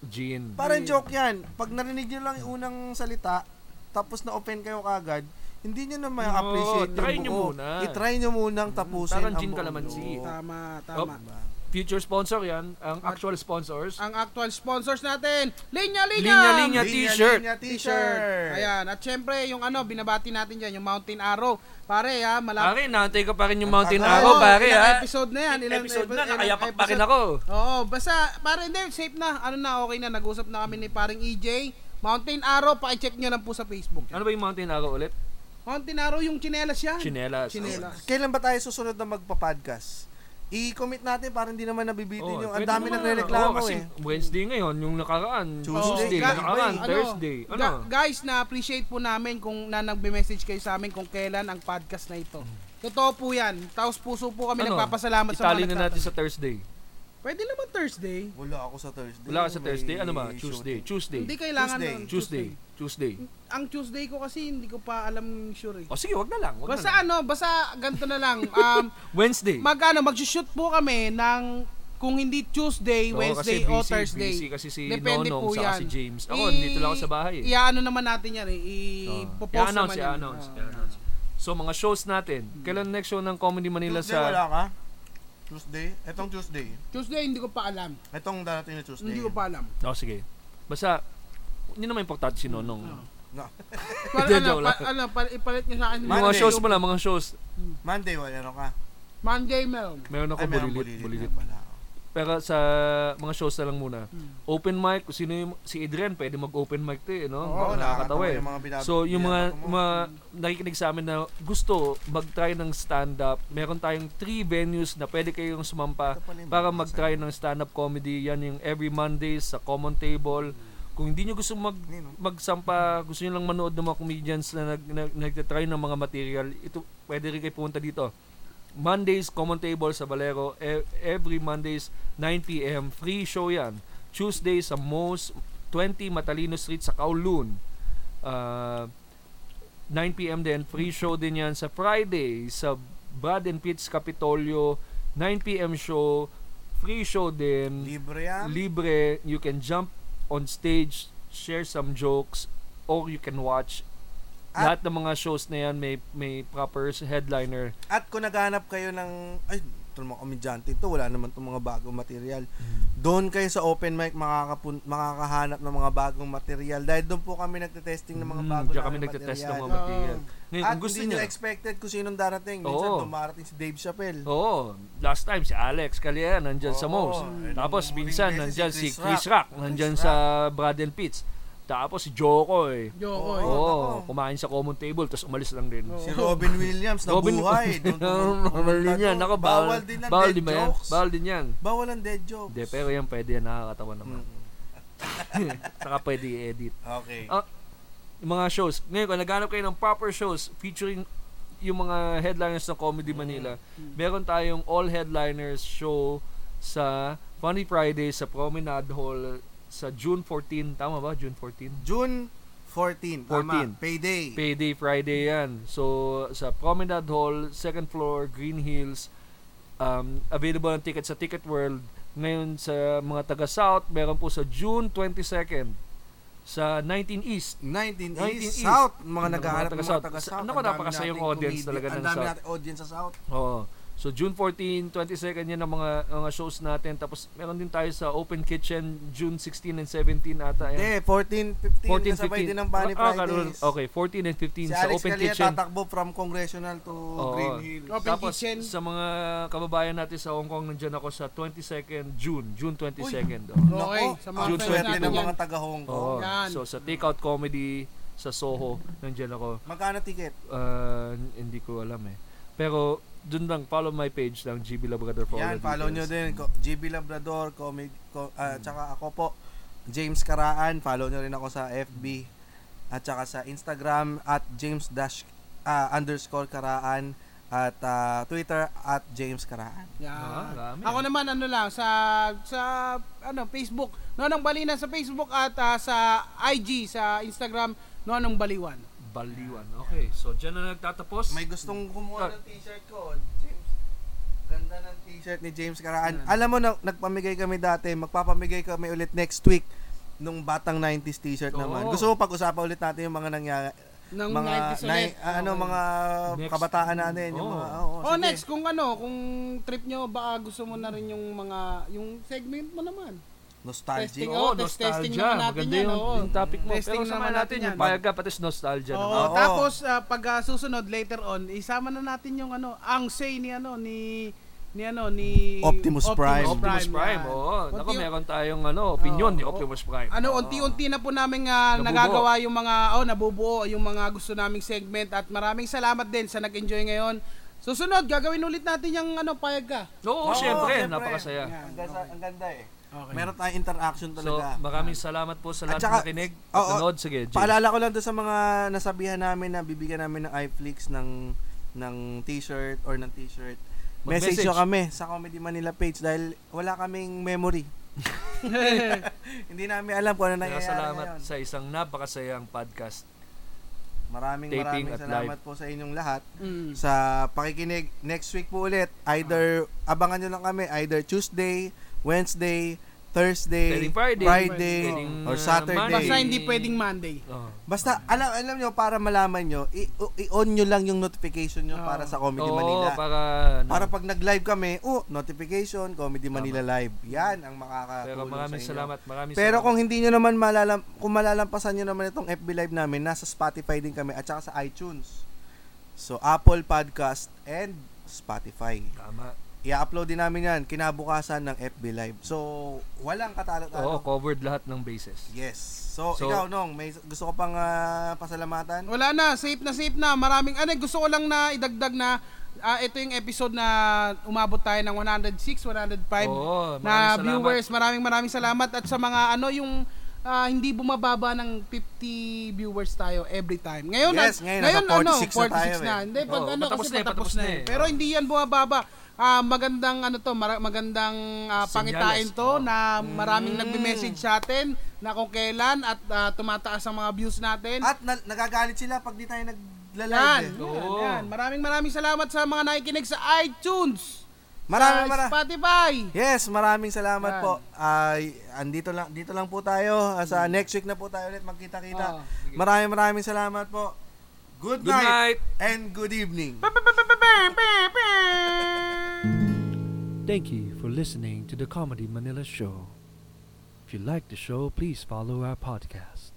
gin. Parang joke 'yan. Pag narinig niyo lang yung unang salita tapos na-open kayo kagad, hindi niyo na ma-appreciate Oo, try yung niyo buo. muna. I-try niyo munang tapusin ang Parang gin buong kalamansi. buo. Tama, tama. Oh, Future sponsor yan. Ang actual sponsors. Ang actual sponsors natin, Linya Linya! Linya Linya, Linya T-shirt. linya, T-shirt. T-shirt. Ayan. At syempre, yung ano, binabati natin dyan, yung Mountain Arrow. Pare, ha, malapit. Pare, naantay ka pa rin yung Ah, Mountain tagal. Arrow, pare, ilang ha? episode na yan. Ilang Episode epi- na, ilang nakayapak pa rin episode. ako. Oo, basta, pare, hindi, safe na. Ano na, okay na. Nag-usap na kami ni paring EJ. Mountain Arrow, pakicheck nyo lang po sa Facebook. Ano ba yung Mountain Arrow ulit? Mountain Arrow, yung chinelas yan. Chinelas. Chinelas. Kailan ba tayo susunod na magpa-podcast? I-commit natin para hindi naman nabibitin Oo, yung ang Oh, pwede dami naman. nagrereklamo Oo, kasi eh. Wednesday ngayon, yung nakaraan. Tuesday. Tuesday, Ga- nakaraan. Ano? Thursday. Ano? Ga- guys, na-appreciate po namin kung na nagbe-message kayo sa amin kung kailan ang podcast na ito. Totoo po yan. Taos puso po kami Ano? nagpapasalamat sa Itali mga na nagtatanong. natin sa Thursday. Pwede naman Thursday. Wala ako sa Thursday. Wala ka sa May Thursday. Ano ba? shooting. Tuesday. Tuesday. Hindi kailangan Tuesday. nun. Tuesday. Tuesday. Ang Tuesday ko kasi hindi ko pa alam sure eh. O sige, wag na lang. Wag na Basta lang. ano, basta ganito na lang. Um, Wednesday. mag ano, mag-shoot po kami ng kung hindi Tuesday, Oo, Wednesday kasi busy, o Thursday. busy kasi si Depende Nonong po saka yan. si James. Ako, dito lang ako sa bahay eh. Iaano naman natin yan eh. Oh. I-post I-announce, naman yan. i-announce, Ah. i-announce. So mga shows natin. Kailan next show ng Comedy Manila Tuesday wala sa ka? Tuesday? Etong Tuesday. Tuesday hindi ko pa alam. Etong darating na Tuesday. Hindi ko pa alam. Oh, sige. Basta hindi naman importante si Nonong. Ah. No. Para ano, Hindi, joke pa, lang. ano, pa, ipalit niyo sa akin. Mga Monday. shows mo lang, mga shows. Monday wala ano ka? Monday meron. Meron ako Ay, meron bulilit, bulilit bulilit. na pala. Pero sa mga shows na lang muna. Hmm. Open mic, kung sino yung, si Adrian pwede mag-open mic 'to, eh, no? eh. Oo, nakakatawa yung mga binab- So, yung mga, binabasa mo. mga nakikinig sa amin na gusto mag-try ng stand-up, meron tayong three venues na pwede kayong sumampa Ito pala yung para binabasa. mag-try ng stand-up comedy. Yan yung every Monday sa Common Table. Kung hindi nyo gusto mag, Yun, no? magsampa, gusto nyo lang manood ng mga comedians na, nag, na nagtatry ng mga material, ito, pwede rin kayo pumunta dito. Mondays, Common Table sa Valero. E- every Mondays, 9pm. Free show yan. Tuesday sa Mo's, 20 Matalino Street sa Kowloon. Uh, 9pm din. Free show din yan sa Friday sa Brad and Pete's Capitolio. 9pm show. Free show din Libre yan. libre. You can jump on stage, share some jokes, or you can watch. At- Lahat ng mga shows na yan may, may proper headliner. At kung naghanap kayo ng, ay, ito mga komedyante ito, wala naman itong mga bagong material. Hmm. Doon kayo sa open mic makakapun, makakahanap ng mga bagong material. Dahil doon po kami nagte-testing ng mga Mm, bago diyan na kami nagtetest ng mga material. material. Ngayon, At kung gusto hindi niyo, nyo expected kung sinong darating. Minsan Oo. dumarating si Dave Chappelle. Oo, last time si Alex Calera nandyan sa Oo, Mouse. eh, Tapos nung huling minsan beses si nandyan si Chris Chris Rock. Rock, nandyan sa Brad and Pitts. Tapos si Joko eh. Joko Oo. eh. Oo, nako. kumain sa common table tapos umalis lang din. Si Robin Williams, Robin- nabuhay. Doon tumul- Bawal din yan. Nako, bawal, din ang bawal dead din ba yan? jokes. Bawal din yan. Bawal ang dead jokes. Hindi, pero yan pwede yan. Nakakatawa naman. Mm. Saka pwede i-edit. Okay. Ah, yung mga shows. Ngayon, kung naghanap kayo ng proper shows featuring yung mga headliners ng Comedy Manila, meron tayong all headliners show sa Funny Friday sa Promenade Hall sa June 14. Tama ba? June 14? June 14. 14. Tama. Payday. Payday Friday yan. So, sa Promenade Hall, second floor, Green Hills. Um, available ang ticket sa Ticket World. Ngayon sa mga taga South, meron po sa June 22nd sa 19 East. 19 19 East, East. South, mga Mga nagaharap ng taga-South. Ano mga taga-South. Naku, Ang dami napakasayang nating audience comedian. talaga ng Ang dami South. nating audience sa South. Oo. So June 14, 22nd yan ang mga ang mga shows natin. Tapos meron din tayo sa Open Kitchen June 16 and 17 ata Hindi, yan. 14, 15, 14, 14, 15. din ng Bunny Ah, Fridays. okay, 14 and 15 Si sa Alex Open Calia Kitchen. tatakbo from Congressional to Oo. Green Hill. Open Tapos kitchen. sa mga kababayan natin sa Hong Kong, nandiyan ako sa 22nd June, June 22nd. Okay, sa mga June June friends 20 natin ng yan. mga taga Hong Oo. Oo. Kong. Yan. So sa Takeout Comedy sa Soho, nandiyan ako. Magkano ticket? Uh, hindi ko alam eh. Pero dun lang, follow my page lang, GB Labrador for all Yan, the follow nyo details. din. Ko- JB Labrador, Comic, ko, ah, tsaka ako po, James Karaan. Follow nyo rin ako sa FB at tsaka sa Instagram at James dash, ah, underscore Karaan at ah, Twitter at James Karaan. Ah, Yan. marami. Ako naman ano lang sa sa ano Facebook, Nonong Balina sa Facebook at ah, sa IG sa Instagram Nonong Baliwan. Baliwan. Okay, so dyan na nagtatapos. May gustong kumuha ng t-shirt ko, James. Ganda ng t-shirt ni James Karaan. Alam mo, na, nagpamigay kami dati. Magpapamigay kami ulit next week nung batang 90s t-shirt naman. Oo. Gusto mo pag-usapan ulit natin yung mga nangyari mga Ng 90s ulit. nai- ano mga Next. kabataan natin yung Oo. mga oo, Oh, sige. next, kung ano, kung trip nyo, baka gusto mo na rin yung mga, yung segment mo naman. nostalgic Testing, oo oh, test- testing naman natin Maganda yan, oh. yun. oo. Yung topic mo. Testing Pero sama naman natin natin yung yan. payag ka, pati nostalgia. Oo, naman. Oo. tapos ah, pag ah, susunod later on, isama na natin yung ano, ang say ni ano ni ni ano ni Optimus Prime. Optimus Prime, yan. oo. Naku, Unti- meron tayong ano, opinion ni Optimus Prime. Ano, unti-unti na po namin ah, Nabubuo. nagagawa yung mga, oh, nabubuo yung mga gusto naming segment at maraming salamat din sa nag-enjoy ngayon. Susunod, gagawin ulit natin yung ano, payag ka. Oo, Oh, syempre, napakasaya. ang ganda, ang ganda eh meron tayong interaction So, talaga maraming salamat po sa At lahat saka- na nakinig. oo, Nanood, sige, James. Paalala ko lang doon sa mga nasabihan namin na bibigyan namin ng iFlix ng ng t-shirt or ng t-shirt. Mag-message. Message nyo kami sa Comedy Manila page dahil wala kaming memory. Hindi namin alam kung ano Kaya nangyayari salamat ngayon. sa isang napakasayang podcast. Maraming taping maraming at salamat live. po sa inyong lahat Mm. sa pakikinig. Next week po ulit. Either abangan nyo lang kami either Tuesday, Wednesday, Thursday, Pwedeng Friday, Friday, pwedeng, or uh, Saturday. Monday. Basta hindi pwedeng Monday. Oh. Basta alam alam nyo para malaman nyo, i- i-on nyo lang yung notification nyo Oo. para sa Comedy Oo, Manila. para... ano, para pag nag-live kami, oh, notification, Comedy Manila live. Yan ang makakatulong pero maraming sa inyo. salamat, maraming Pero salamat. kung hindi nyo naman malalam, kung malalampasan nyo naman itong FB Live namin, nasa Spotify din kami at saka sa iTunes. So, Apple Podcast and Spotify. Tama. I-upload din namin yan kinabukasan ng FB Live. So, walang Oo, katalo-talo. covered lahat ng bases. Yes. So, So- ikaw, Nong, may gusto ko pang ah, pasalamatan? Wala na, safe na safe na. Maraming ano, gusto ko lang na idagdag na ah, ito yung episode na umabot tayo ng 106, 105 Oo, maraming na salamat. viewers. Maraming maraming salamat at sa mga ano yung ah, hindi bumababa ng 50 viewers tayo every time. Ngayon, Yes, at- ngayon, ngayon nasa ano, 46 na tayo eh. Hindi, pag Oo, ano, patapos kasi na eh, patapos, patapos na, na eh. eh. Pero hindi yan bumababa. Ah, magandang ano to, mara- magandang ah, Senyales. pangitain to Oo. na maraming Mm. nagme-message sa atin na kung kailan at ah, tumataas ang mga views natin. At na- nagagalit sila pag di tayo Yan, nagla-live. Eh. yan, Oo. yan. Maraming maraming salamat sa mga nakikinig sa iTunes. Maraming sa maraming. Spotify. Yes, maraming salamat Yan. po. Ay, andito lang dito lang po tayo. Ah, Sa next week na po tayo ulit magkita-kita. Hmm. Oo. Maraming maraming salamat po. Good, Good night. and good evening. Thank you for listening to the Comedy Manila Show. If you like the show, please follow our podcast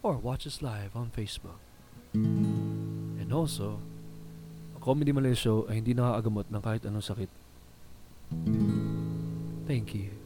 or watch us live on Facebook. And also, ang Comedy Manila Show ay hindi nakaagamot ng kahit anong sakit. Thank you.